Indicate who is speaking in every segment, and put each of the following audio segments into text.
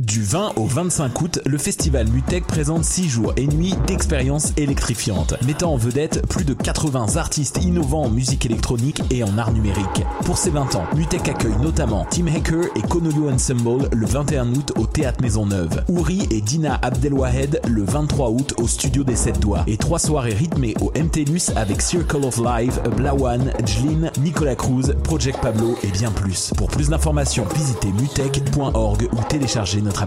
Speaker 1: Du 20 au 25 août, le festival Mutech présente 6 jours et nuits d'expériences électrifiantes, mettant en vedette plus de 80 artistes innovants en musique électronique et en art numérique. Pour ses 20 ans, Mutech accueille notamment Tim Hacker et Konolio Ensemble le 21 août au Théâtre Maisonneuve, Ouri et Dina Abdelwahed le 23 août au Studio des 7 doigts, et trois soirées rythmées au MTLUS avec Circle of Life, Blawan, Jlin, Nicolas Cruz, Project Pablo et bien plus. Pour plus d'informations, visitez mutech.org ou téléchargez notre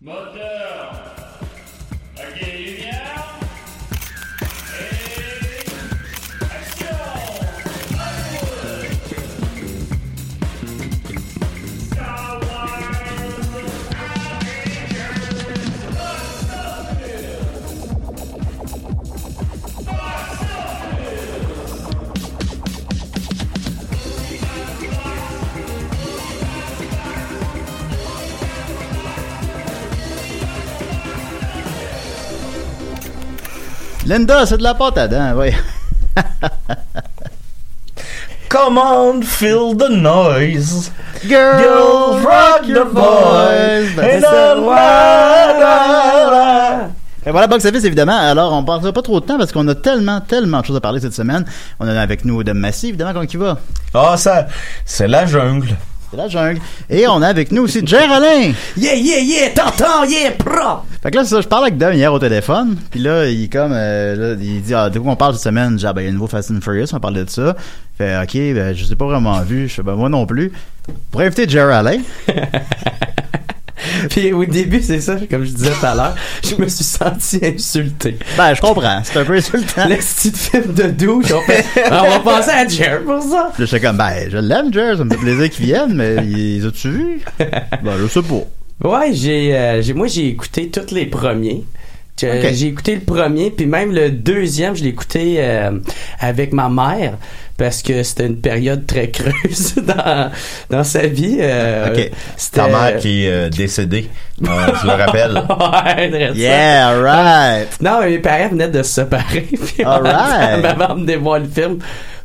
Speaker 2: Moteur Ok, lumière
Speaker 3: Linda, c'est de la pâte à dents, oui.
Speaker 4: Come on, feel the noise.
Speaker 3: Girls,
Speaker 4: Girls, rock the boys. And the la, la, la.
Speaker 3: Et voilà, Box Office, évidemment. Alors, on ne parlera pas trop de temps parce qu'on a tellement, tellement de choses à parler cette semaine. On a avec nous Dom Massy, évidemment, comment il va?
Speaker 4: Ah, ça, c'est la jungle.
Speaker 3: C'est la jungle. Et on a avec nous aussi Jer Alain.
Speaker 4: Yeah, yeah, yeah, t'entends, yeah, pro.
Speaker 3: Fait que là, c'est ça, je parle avec Dom hier au téléphone. Puis là, il est comme, euh, là, il dit, ah, de quoi on parle cette semaine? J'ai, ah, ben, il y a un nouveau Fast and Furious, on parlait de ça. Fait, ok, ben, je sais pas vraiment vu. Je fais, ben, moi non plus. Pour inviter Jer Alain.
Speaker 5: Puis au début, c'est ça, comme je disais tout à l'heure, je me suis senti insulté.
Speaker 3: Ben, je comprends. C'est un peu insultant.
Speaker 5: Le petit film de douche, on, fait, on va passer à Jer pour ça.
Speaker 3: Puis là, j'étais comme, ben, je l'aime, Jer, ça me fait plaisir qu'il vienne, mais ils ont-tu vu? Ben, je sais pas.
Speaker 5: Ouais, j'ai, euh, j'ai- moi j'ai écouté tous les premiers. Je-
Speaker 3: Ok.
Speaker 5: J'ai écouté le premier, puis même le deuxième, je l'ai écouté euh, avec ma mère parce que c'était une période très creuse dans, dans sa vie. euh,
Speaker 3: Ok.
Speaker 5: c'était-
Speaker 6: Ta mère qui est euh, décédée, euh, je le rappelle.
Speaker 5: Ouais, très ça.
Speaker 3: Yeah, right.
Speaker 5: Non, mais mes parents venaient de se séparer. Puis
Speaker 3: All
Speaker 5: en même
Speaker 3: right.
Speaker 5: temps, maman venait voir le film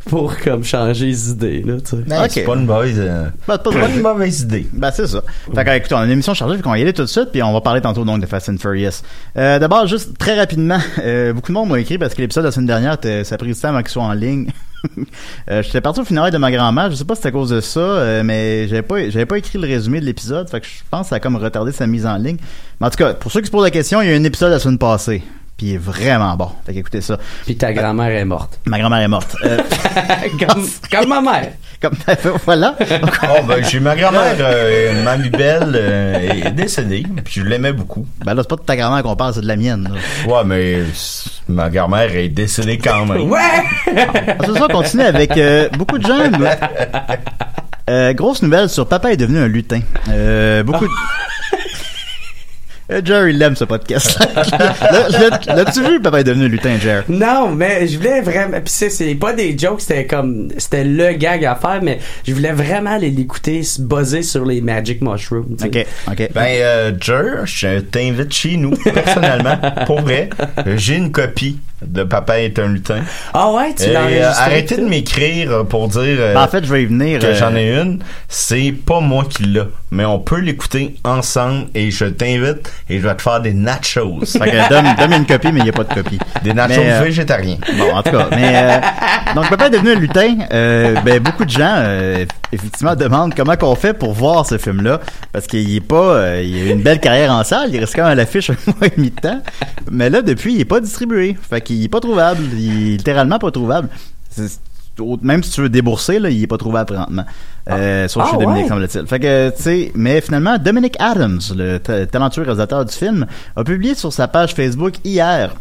Speaker 5: pour comme changer les idées là, tu sais.
Speaker 3: Ok.
Speaker 6: C'est pas une mauvaise, euh,
Speaker 3: Ben, c'est pas
Speaker 6: pas
Speaker 3: drôle.
Speaker 6: une mauvaise idée.
Speaker 3: Ben, c'est ça. Fait que, écoute, on a une émission chargée, fait qu'on va y aller tout de suite, puis on va parler tantôt donc de Fast and Furious. Euh, D'abord, juste très rapidement, euh, beaucoup de monde m'a écrit parce que l'épisode de la semaine dernière, était- ça a pris du temps avant qu'il soit en ligne. euh, J'étais parti au funérail de ma grand-mère, je sais pas si c'est à cause de ça, euh, mais j'avais pas, j'avais pas écrit le résumé de l'épisode, fait que je pense que ça a comme retardé sa mise en ligne. Mais en tout cas, pour ceux qui se posent la question, il y a un épisode la semaine passée, puis il est vraiment bon. Fait qu'écoutez ça.
Speaker 5: Puis ta grand-mère est morte.
Speaker 3: Ma grand-mère est morte. Euh,
Speaker 5: comme, comme ma mère.
Speaker 3: comme, voilà.
Speaker 6: Oh, ben, j'ai ma grand-mère, euh, Mamie Belle, euh, est décédée, puis je l'aimais beaucoup.
Speaker 3: Ben là, c'est pas de ta grand-mère qu'on parle, c'est de la mienne. là.
Speaker 6: Ouais, mais c- ma grand-mère est décédée quand même.
Speaker 5: Ouais.
Speaker 3: Ah, Ce soir, on continue avec euh, beaucoup de gens. mais- Euh, grosse nouvelle sur Papa est devenu un lutin. Euh, beaucoup de... Euh, Jer, il l'aime ce podcast. L'as- l'as- L'as-tu vu, Papa est devenu un lutin, Jer?
Speaker 5: Non, mais je voulais vraiment. Puis c'est, c'est pas des jokes, c'était comme c'était le gag à faire, mais je voulais vraiment aller l'écouter se buzzer sur les Magic Mushrooms. tu sais.
Speaker 3: Ok, ok.
Speaker 6: Ben, euh, Jer, je t'invite chez nous, personnellement, pour vrai. J'ai une copie de Papa est un lutin.
Speaker 5: Ah ouais, tu
Speaker 6: Et,
Speaker 5: l'as
Speaker 6: euh,
Speaker 5: enregistré.
Speaker 6: arrêtez de m'écrire euh, pour dire euh,
Speaker 3: Ben, en fait, je vais y venir.
Speaker 6: que
Speaker 3: euh,
Speaker 6: j'en ai une. C'est pas moi qui l'a, mais on peut l'écouter ensemble et je t'invite et je vais te faire des nachos.
Speaker 3: fait que Dom, Dom a une copie, mais il n'y a pas de copie.
Speaker 6: Des nachos
Speaker 3: Mais, euh,
Speaker 6: végétariens.
Speaker 3: Bon, en tout cas, mais euh, donc Papa est devenu un lutin. Euh, ben beaucoup de gens euh, effectivement demandent comment qu'on fait pour voir ce film-là parce qu'il est pas, euh, il a une belle carrière en salle, il reste quand même à l'affiche un mois et demi de temps, mais là depuis il est pas distribué, fait qu'il est pas trouvable, il est littéralement pas trouvable. C'est- même si tu veux débourser, là, il est pas trouvable présentement. Euh, Sauf
Speaker 5: Ah
Speaker 3: chez
Speaker 5: ouais?
Speaker 3: Dominique, semble-t-il. Fait que, tu sais, mais finalement, Dominic Adams, le ta- talentueux réalisateur du film, a publié sur sa page Facebook hier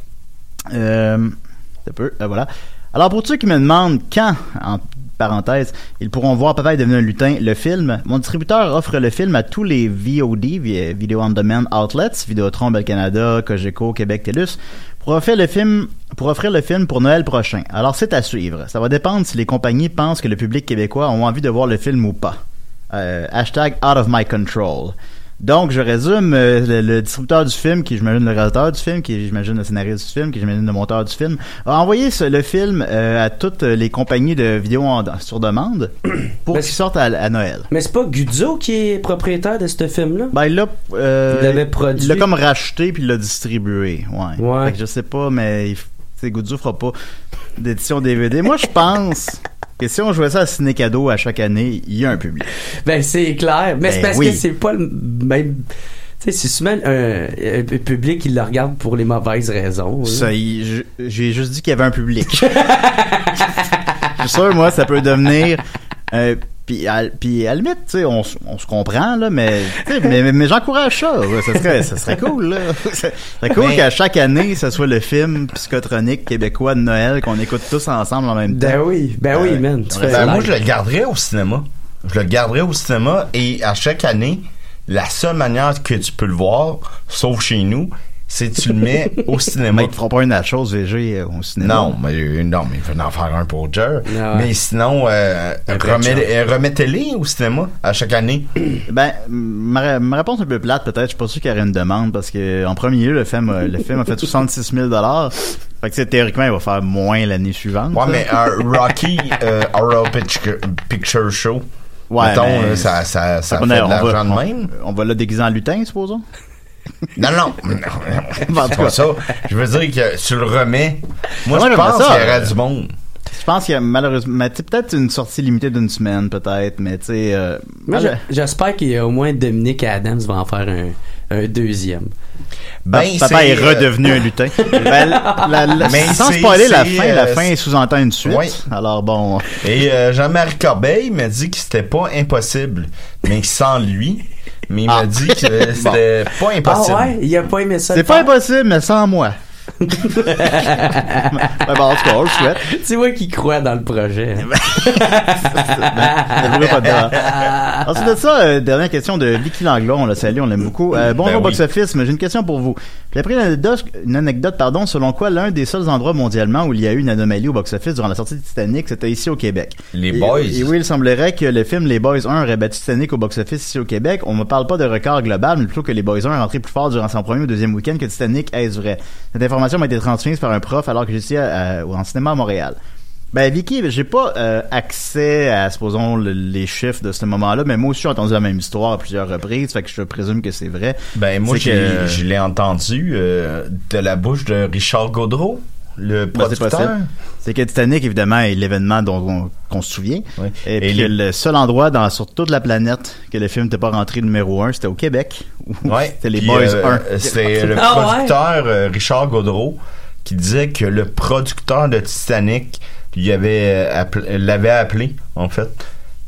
Speaker 3: euh, un peu, euh, voilà. Alors, pour ceux qui me demandent quand, en parenthèse, ils pourront voir Papa est devenu un lutin, le film. Mon distributeur offre le film à tous les VOD, vi- Video On Demand Outlets, Vidéotron, Bel Canada, Cogeco, Québec, TELUS, pour offrir le film pour offrir le film pour Noël prochain. Alors c'est à suivre. Ça va dépendre si les compagnies pensent que le public québécois ont envie de voir le film ou pas. Euh, hashtag out of my control. Donc, je résume, euh, le, le distributeur du film, qui j'imagine le réalisateur du film, qui j'imagine le scénariste du film, qui j'imagine le monteur du film, a envoyé ce- le film euh, à toutes les compagnies de vidéos en- sur demande pour
Speaker 5: Ben,
Speaker 3: qu'ils sortent à, à Noël.
Speaker 5: Mais c'est pas Guzzo qui est propriétaire de ce film-là?
Speaker 3: Ben, il l'a, euh,
Speaker 5: Il l'avait produit.
Speaker 3: il l'a comme racheté puis il l'a distribué. Ouais.
Speaker 5: Ouais.
Speaker 3: Fait que je sais pas, mais il f- tu sais, Guzzo fera pas d'édition DVD. Moi, je pense que si on jouait ça à Ciné Cadeau à chaque année, il y a un public.
Speaker 5: Ben, c'est clair. Mais
Speaker 3: Ben
Speaker 5: c'est parce
Speaker 3: oui.
Speaker 5: que c'est pas le même. Tu sais, c'est souvent un, un public qui le regarde pour les mauvaises raisons. hein. là.
Speaker 3: Ça, il- je- j'ai juste dit qu'il y avait un public. je suis sûr, moi, ça peut devenir. euh, puis à, puis à la limite, tu sais, on, s- on se comprend, là, mais, tu sais, mais, mais- mais j'encourage ça. ouais, ça, serait, ça serait cool, là. Ça serait cool
Speaker 6: Mais-
Speaker 3: qu'à chaque année, ce soit le film psychotronique québécois de Noël qu'on écoute tous ensemble en même temps.
Speaker 5: Ben oui, ben oui,
Speaker 3: Ah ouais.
Speaker 5: man. Tu fais
Speaker 6: Ben,
Speaker 5: ça.
Speaker 6: moi, je le garderais au cinéma. Je le garderais au cinéma et à chaque année, la seule manière que tu peux le voir, sauf chez nous, c'est tu le mets au cinéma.
Speaker 3: Mais ils te feront pas une autre chose, VG, euh, au cinéma.
Speaker 6: Non, mais euh, non, mais il faut en faire un pour Jer.
Speaker 5: Ah ouais.
Speaker 6: Mais sinon, euh,
Speaker 5: vrai
Speaker 6: remets- euh, remettez-les au cinéma à chaque année.
Speaker 3: Ben, ma, ma réponse est un peu plate, peut-être. Je suis pas sûr qu'il y aurait une demande parce que, en premier lieu, le film, euh, le film a fait 66 000 Fait que, c'est théoriquement, il va faire moins l'année suivante.
Speaker 6: Ouais,
Speaker 3: là.
Speaker 6: mais un Rocky euh, Horror Picture, Picture Show,
Speaker 3: Ouais,
Speaker 6: mettons,
Speaker 3: mais-
Speaker 6: là, ça, ça, ça
Speaker 3: on
Speaker 6: fait de
Speaker 3: a- on va-
Speaker 6: l'argent de même.
Speaker 3: On va le déguiser en lutin, supposons.
Speaker 6: Non, non,
Speaker 3: Bah, en
Speaker 6: non, non.
Speaker 3: tout
Speaker 6: C'est pas
Speaker 3: cas. Ah
Speaker 6: ça. Je veux dire que tu le remets. Moi,
Speaker 3: Moi,
Speaker 6: je
Speaker 3: j'aimerais
Speaker 6: pense
Speaker 3: ça. euh,
Speaker 6: qu'il y aurait du monde.
Speaker 3: Je pense qu'il y a malheureusement, mais tu sais, peut-être une sortie limitée d'une semaine, peut-être, mais tu sais, euh,
Speaker 5: Moi,
Speaker 3: ah,
Speaker 5: je-
Speaker 3: je-
Speaker 5: j'espère qu'il y a au moins Dominique Adams va en faire un, un deuxième.
Speaker 6: Ben,
Speaker 3: papa
Speaker 6: c'est,
Speaker 3: est
Speaker 6: euh,
Speaker 3: redevenu un lutin. Ben, la- la-
Speaker 6: Mais
Speaker 3: sans
Speaker 6: c'est-
Speaker 3: spoiler la
Speaker 6: c'est,
Speaker 3: fin, la
Speaker 6: euh,
Speaker 3: fin
Speaker 6: c'est-
Speaker 3: sous-entend une suite.
Speaker 6: Ouais.
Speaker 3: Alors bon,
Speaker 6: Et euh, Jean-Marie Corbeil m'a dit que c'était pas impossible, mais que sans lui. Mais il
Speaker 3: Ah.
Speaker 6: m'a dit que c'était pas
Speaker 5: Ah
Speaker 6: impossible.
Speaker 5: ouais, il a pas aimé ça.
Speaker 3: c'est
Speaker 5: le
Speaker 3: pas
Speaker 5: faire?
Speaker 3: impossible, mais sans moi. ben, bon, en tout cas, on le souhaite.
Speaker 5: Tu vois qu'il croit dans le projet.
Speaker 3: Ne brûlez pas de dents. Ensuite de ça, euh, dernière question de Vicky Langlais. On la salue, on l'aime beaucoup. Euh, bonjour,
Speaker 6: oui.
Speaker 3: Box Office, mais j'ai une question pour vous. J'ai appris une anecdote, une anecdote, pardon, selon quoi l'un des seuls endroits mondialement où il y a eu une anomalie au Box Office durant la sortie de Titanic, c'était ici au Québec.
Speaker 6: Les
Speaker 3: Et- euh,
Speaker 6: Boys.
Speaker 3: Et oui, il semblerait que le film Les Boys 1 aurait battu Titanic au box-office ici au Québec. On ne parle pas de record global, mais plutôt que Les Boys 1 est rentré plus fort durant son premier ou deuxième week-end que Titanic, est-ce vrai? Cette information m'a été transmise par un prof alors que j'étais à- à- en cinéma à Montréal. Ben Vicky, j'ai pas euh, accès à, supposons, le- les chiffres de ce moment-là, mais moi aussi j'ai entendu la même histoire à plusieurs reprises, fait que je présume que c'est vrai.
Speaker 6: Ben moi,
Speaker 3: C'est
Speaker 6: je
Speaker 3: que-
Speaker 6: l'ai- je l'ai entendu euh, de la bouche de Richard Gaudreau,
Speaker 3: Ben,
Speaker 6: le
Speaker 3: c'est
Speaker 6: producteur.
Speaker 3: possible. C'est que Titanic, évidemment, est l'événement dont on, qu'on se souvient.
Speaker 6: Oui.
Speaker 3: Et,
Speaker 6: Et
Speaker 3: puis
Speaker 6: les-
Speaker 3: le seul endroit dans, sur toute la planète que le film n'était pas rentré numéro un, c'était au Québec. où
Speaker 6: Ouais.
Speaker 3: C'était les
Speaker 6: Puis,
Speaker 3: Boys
Speaker 6: euh,
Speaker 3: 1.
Speaker 6: C'était le
Speaker 5: Ah ouais?
Speaker 6: producteur euh, Richard Gaudreau qui disait que le producteur de Titanic lui avait euh, appel- euh, l'avait appelé en fait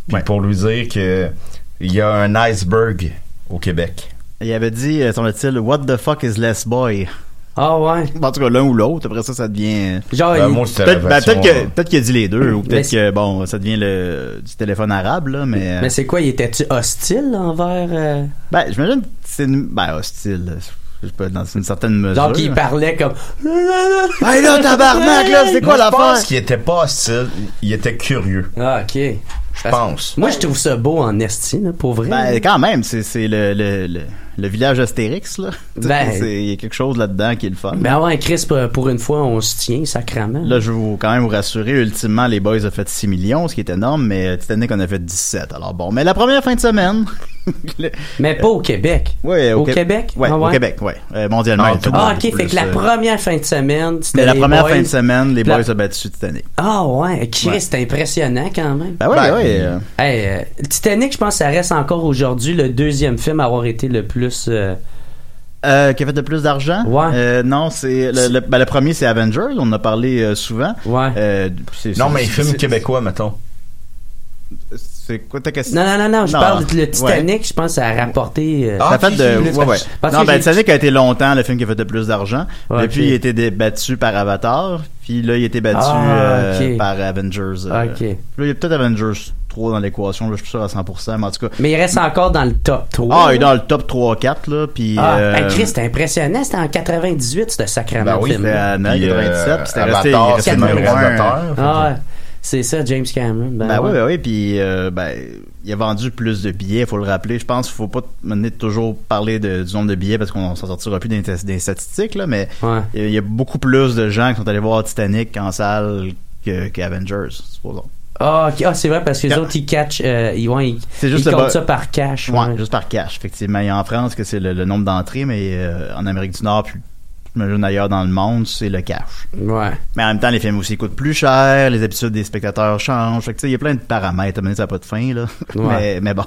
Speaker 6: puis
Speaker 3: Ouais.
Speaker 6: pour lui dire que il y a un iceberg au Québec.
Speaker 3: Il avait dit, euh, semble-t-il, What the fuck is Les Boy?
Speaker 5: Ah ouais.
Speaker 3: Bon, En tout cas, l'un ou l'autre. Après ça, ça devient.
Speaker 5: Genre,
Speaker 6: Ben,
Speaker 5: il-
Speaker 6: moi, c'était la
Speaker 3: Peut-être ben,
Speaker 6: version,
Speaker 3: peut-être que- peut-être qu'il a dit les deux, ou
Speaker 5: Mais
Speaker 3: peut-être
Speaker 5: c'est-
Speaker 3: que, bon, ça devient le, du téléphone arabe, là, mais.
Speaker 5: mais c'est quoi, il était-tu hostile envers... euh,
Speaker 3: Ben, j'imagine que c'est une. Ben, hostile. Je sais pas, dans une certaine mesure.
Speaker 5: Genre qu'il parlait comme...
Speaker 3: Hey là, tabarnak, là, c'est quoi
Speaker 6: Moi, je
Speaker 3: l'affaire?
Speaker 6: pense qu'il était pas hostile, il était curieux,
Speaker 5: Ah, ok.
Speaker 6: je pense.
Speaker 5: Moi, je trouve ça beau en esti, là, pour vrai.
Speaker 3: Ben, quand même, c'est, c'est le, le, le, le village Astérix, là.
Speaker 5: Ben.
Speaker 3: C'est- Il y a quelque chose là-dedans qui est le fun.
Speaker 5: Ben ouais, Chris, pour- pour une fois, on se tient sacrément.
Speaker 3: Là, je veux vous- quand même vous rassurer, ultimement, les Boys ont fait 6 millions, ce qui est énorme, mais euh, Titanic on a fait 17. Alors bon, mais la première fin de semaine... le-
Speaker 5: Mais pas au Québec.
Speaker 3: ouais,
Speaker 5: Au Québec?
Speaker 3: Ouais,
Speaker 5: Ah
Speaker 3: au
Speaker 5: ouais?
Speaker 3: Québec, ouais. Euh, mondialement.
Speaker 6: Ah,
Speaker 3: ils ont fait
Speaker 5: Ah,
Speaker 3: beaucoup
Speaker 5: ok, fait que
Speaker 3: plus,
Speaker 5: la
Speaker 3: euh,
Speaker 5: première fin de semaine,
Speaker 3: Mais
Speaker 5: c'était
Speaker 3: la
Speaker 5: les
Speaker 3: première
Speaker 5: boys.
Speaker 3: fin de semaine, les
Speaker 5: La-
Speaker 3: Boys ont battu Titanic.
Speaker 5: Ah ouais, Chris,
Speaker 3: Ouais.
Speaker 5: c'est impressionnant quand même.
Speaker 3: Ben ouais,
Speaker 6: Ben,
Speaker 3: ouais. euh,
Speaker 5: Hey, euh, Titanic, je pense que ça reste encore aujourd'hui le deuxième film à avoir été le plus... euh,
Speaker 3: Euh, qui a fait le plus d'argent?
Speaker 5: Ouais.
Speaker 3: Euh, non, c'est... Le, le- ben, le premier, c'est Avengers, on en a parlé euh, souvent.
Speaker 5: Ouais.
Speaker 3: Euh, c'est-
Speaker 6: Non
Speaker 3: c'est-
Speaker 6: mais
Speaker 3: c'est-
Speaker 6: film
Speaker 3: c'est-
Speaker 6: québécois mettons.
Speaker 3: c'est- C'est quoi ta question?
Speaker 5: Non, non, non, non, je
Speaker 3: Non,
Speaker 5: parle
Speaker 3: hein.
Speaker 5: de le Titanic, je pense, ça a rapporté. euh,
Speaker 6: Ah,
Speaker 3: La fête de.
Speaker 6: puis-
Speaker 3: ouais, ouais.
Speaker 5: parce
Speaker 3: non,
Speaker 5: que
Speaker 3: ben,
Speaker 5: j'ai-
Speaker 3: Titanic a été longtemps le film qui a fait le plus d'argent.
Speaker 5: Ouais,
Speaker 3: Et puis,
Speaker 5: ok.
Speaker 3: il a été débattu par Avatar. Puis là, il a été battu
Speaker 5: Ah,
Speaker 3: euh,
Speaker 5: ok.
Speaker 3: par Avengers. euh.
Speaker 5: Ok.
Speaker 3: Puis là, il y a peut-être Avengers 3 dans l'équation. là, Je suis sûr à 100%. Mais en tout cas.
Speaker 5: Mais il reste encore dans le top 3.
Speaker 3: Ah, il est dans le top 3-4, là. Puis.
Speaker 5: Ah,
Speaker 3: euh,
Speaker 5: hey, Chris, c'était impressionnant, c'était en 98, ce sacrément
Speaker 6: Ben oui,
Speaker 5: film.
Speaker 3: c'était à
Speaker 6: Puis, euh,
Speaker 3: 97. puis c'était resté.
Speaker 6: Avatar,
Speaker 3: il est resté
Speaker 6: c'est le même
Speaker 3: numéro un.
Speaker 6: réalisateur.
Speaker 5: Ah, ouais. c'est ça, James Cameron. Ben,
Speaker 3: Ben oui,
Speaker 5: ouais.
Speaker 3: ben oui, puis euh, ben, il a vendu plus de billets, faut le rappeler. Je pense qu'il faut pas mener toujours parler de- du nombre de billets parce qu'on s'en sortira plus des, des statistiques, là, mais
Speaker 5: Ouais.
Speaker 3: il y a beaucoup plus de gens qui sont allés voir Titanic en salle que- qu'Avengers, supposons.
Speaker 5: Ah, ok. Ah, c'est vrai, parce que les
Speaker 3: Quand-
Speaker 5: autres, ils catchent, euh, ils, ouais, ils,
Speaker 3: C'est juste
Speaker 5: ils
Speaker 3: le
Speaker 5: comptent
Speaker 3: bo-
Speaker 5: ça par cash.
Speaker 3: Ouais,
Speaker 5: ouais.
Speaker 3: juste par cash, effectivement. Et en France, que c'est le, le nombre d'entrées, mais euh, en Amérique du Nord, puis j'imagine ailleurs dans le monde, c'est le cash.
Speaker 5: Ouais.
Speaker 3: Mais en même temps, les films aussi coûtent plus cher, les habitudes des spectateurs changent. Fait que, tu sais, il y a plein de paramètres. À un moment donné, ça n'a pas de fin, là.
Speaker 5: Ouais.
Speaker 3: mais, mais bon.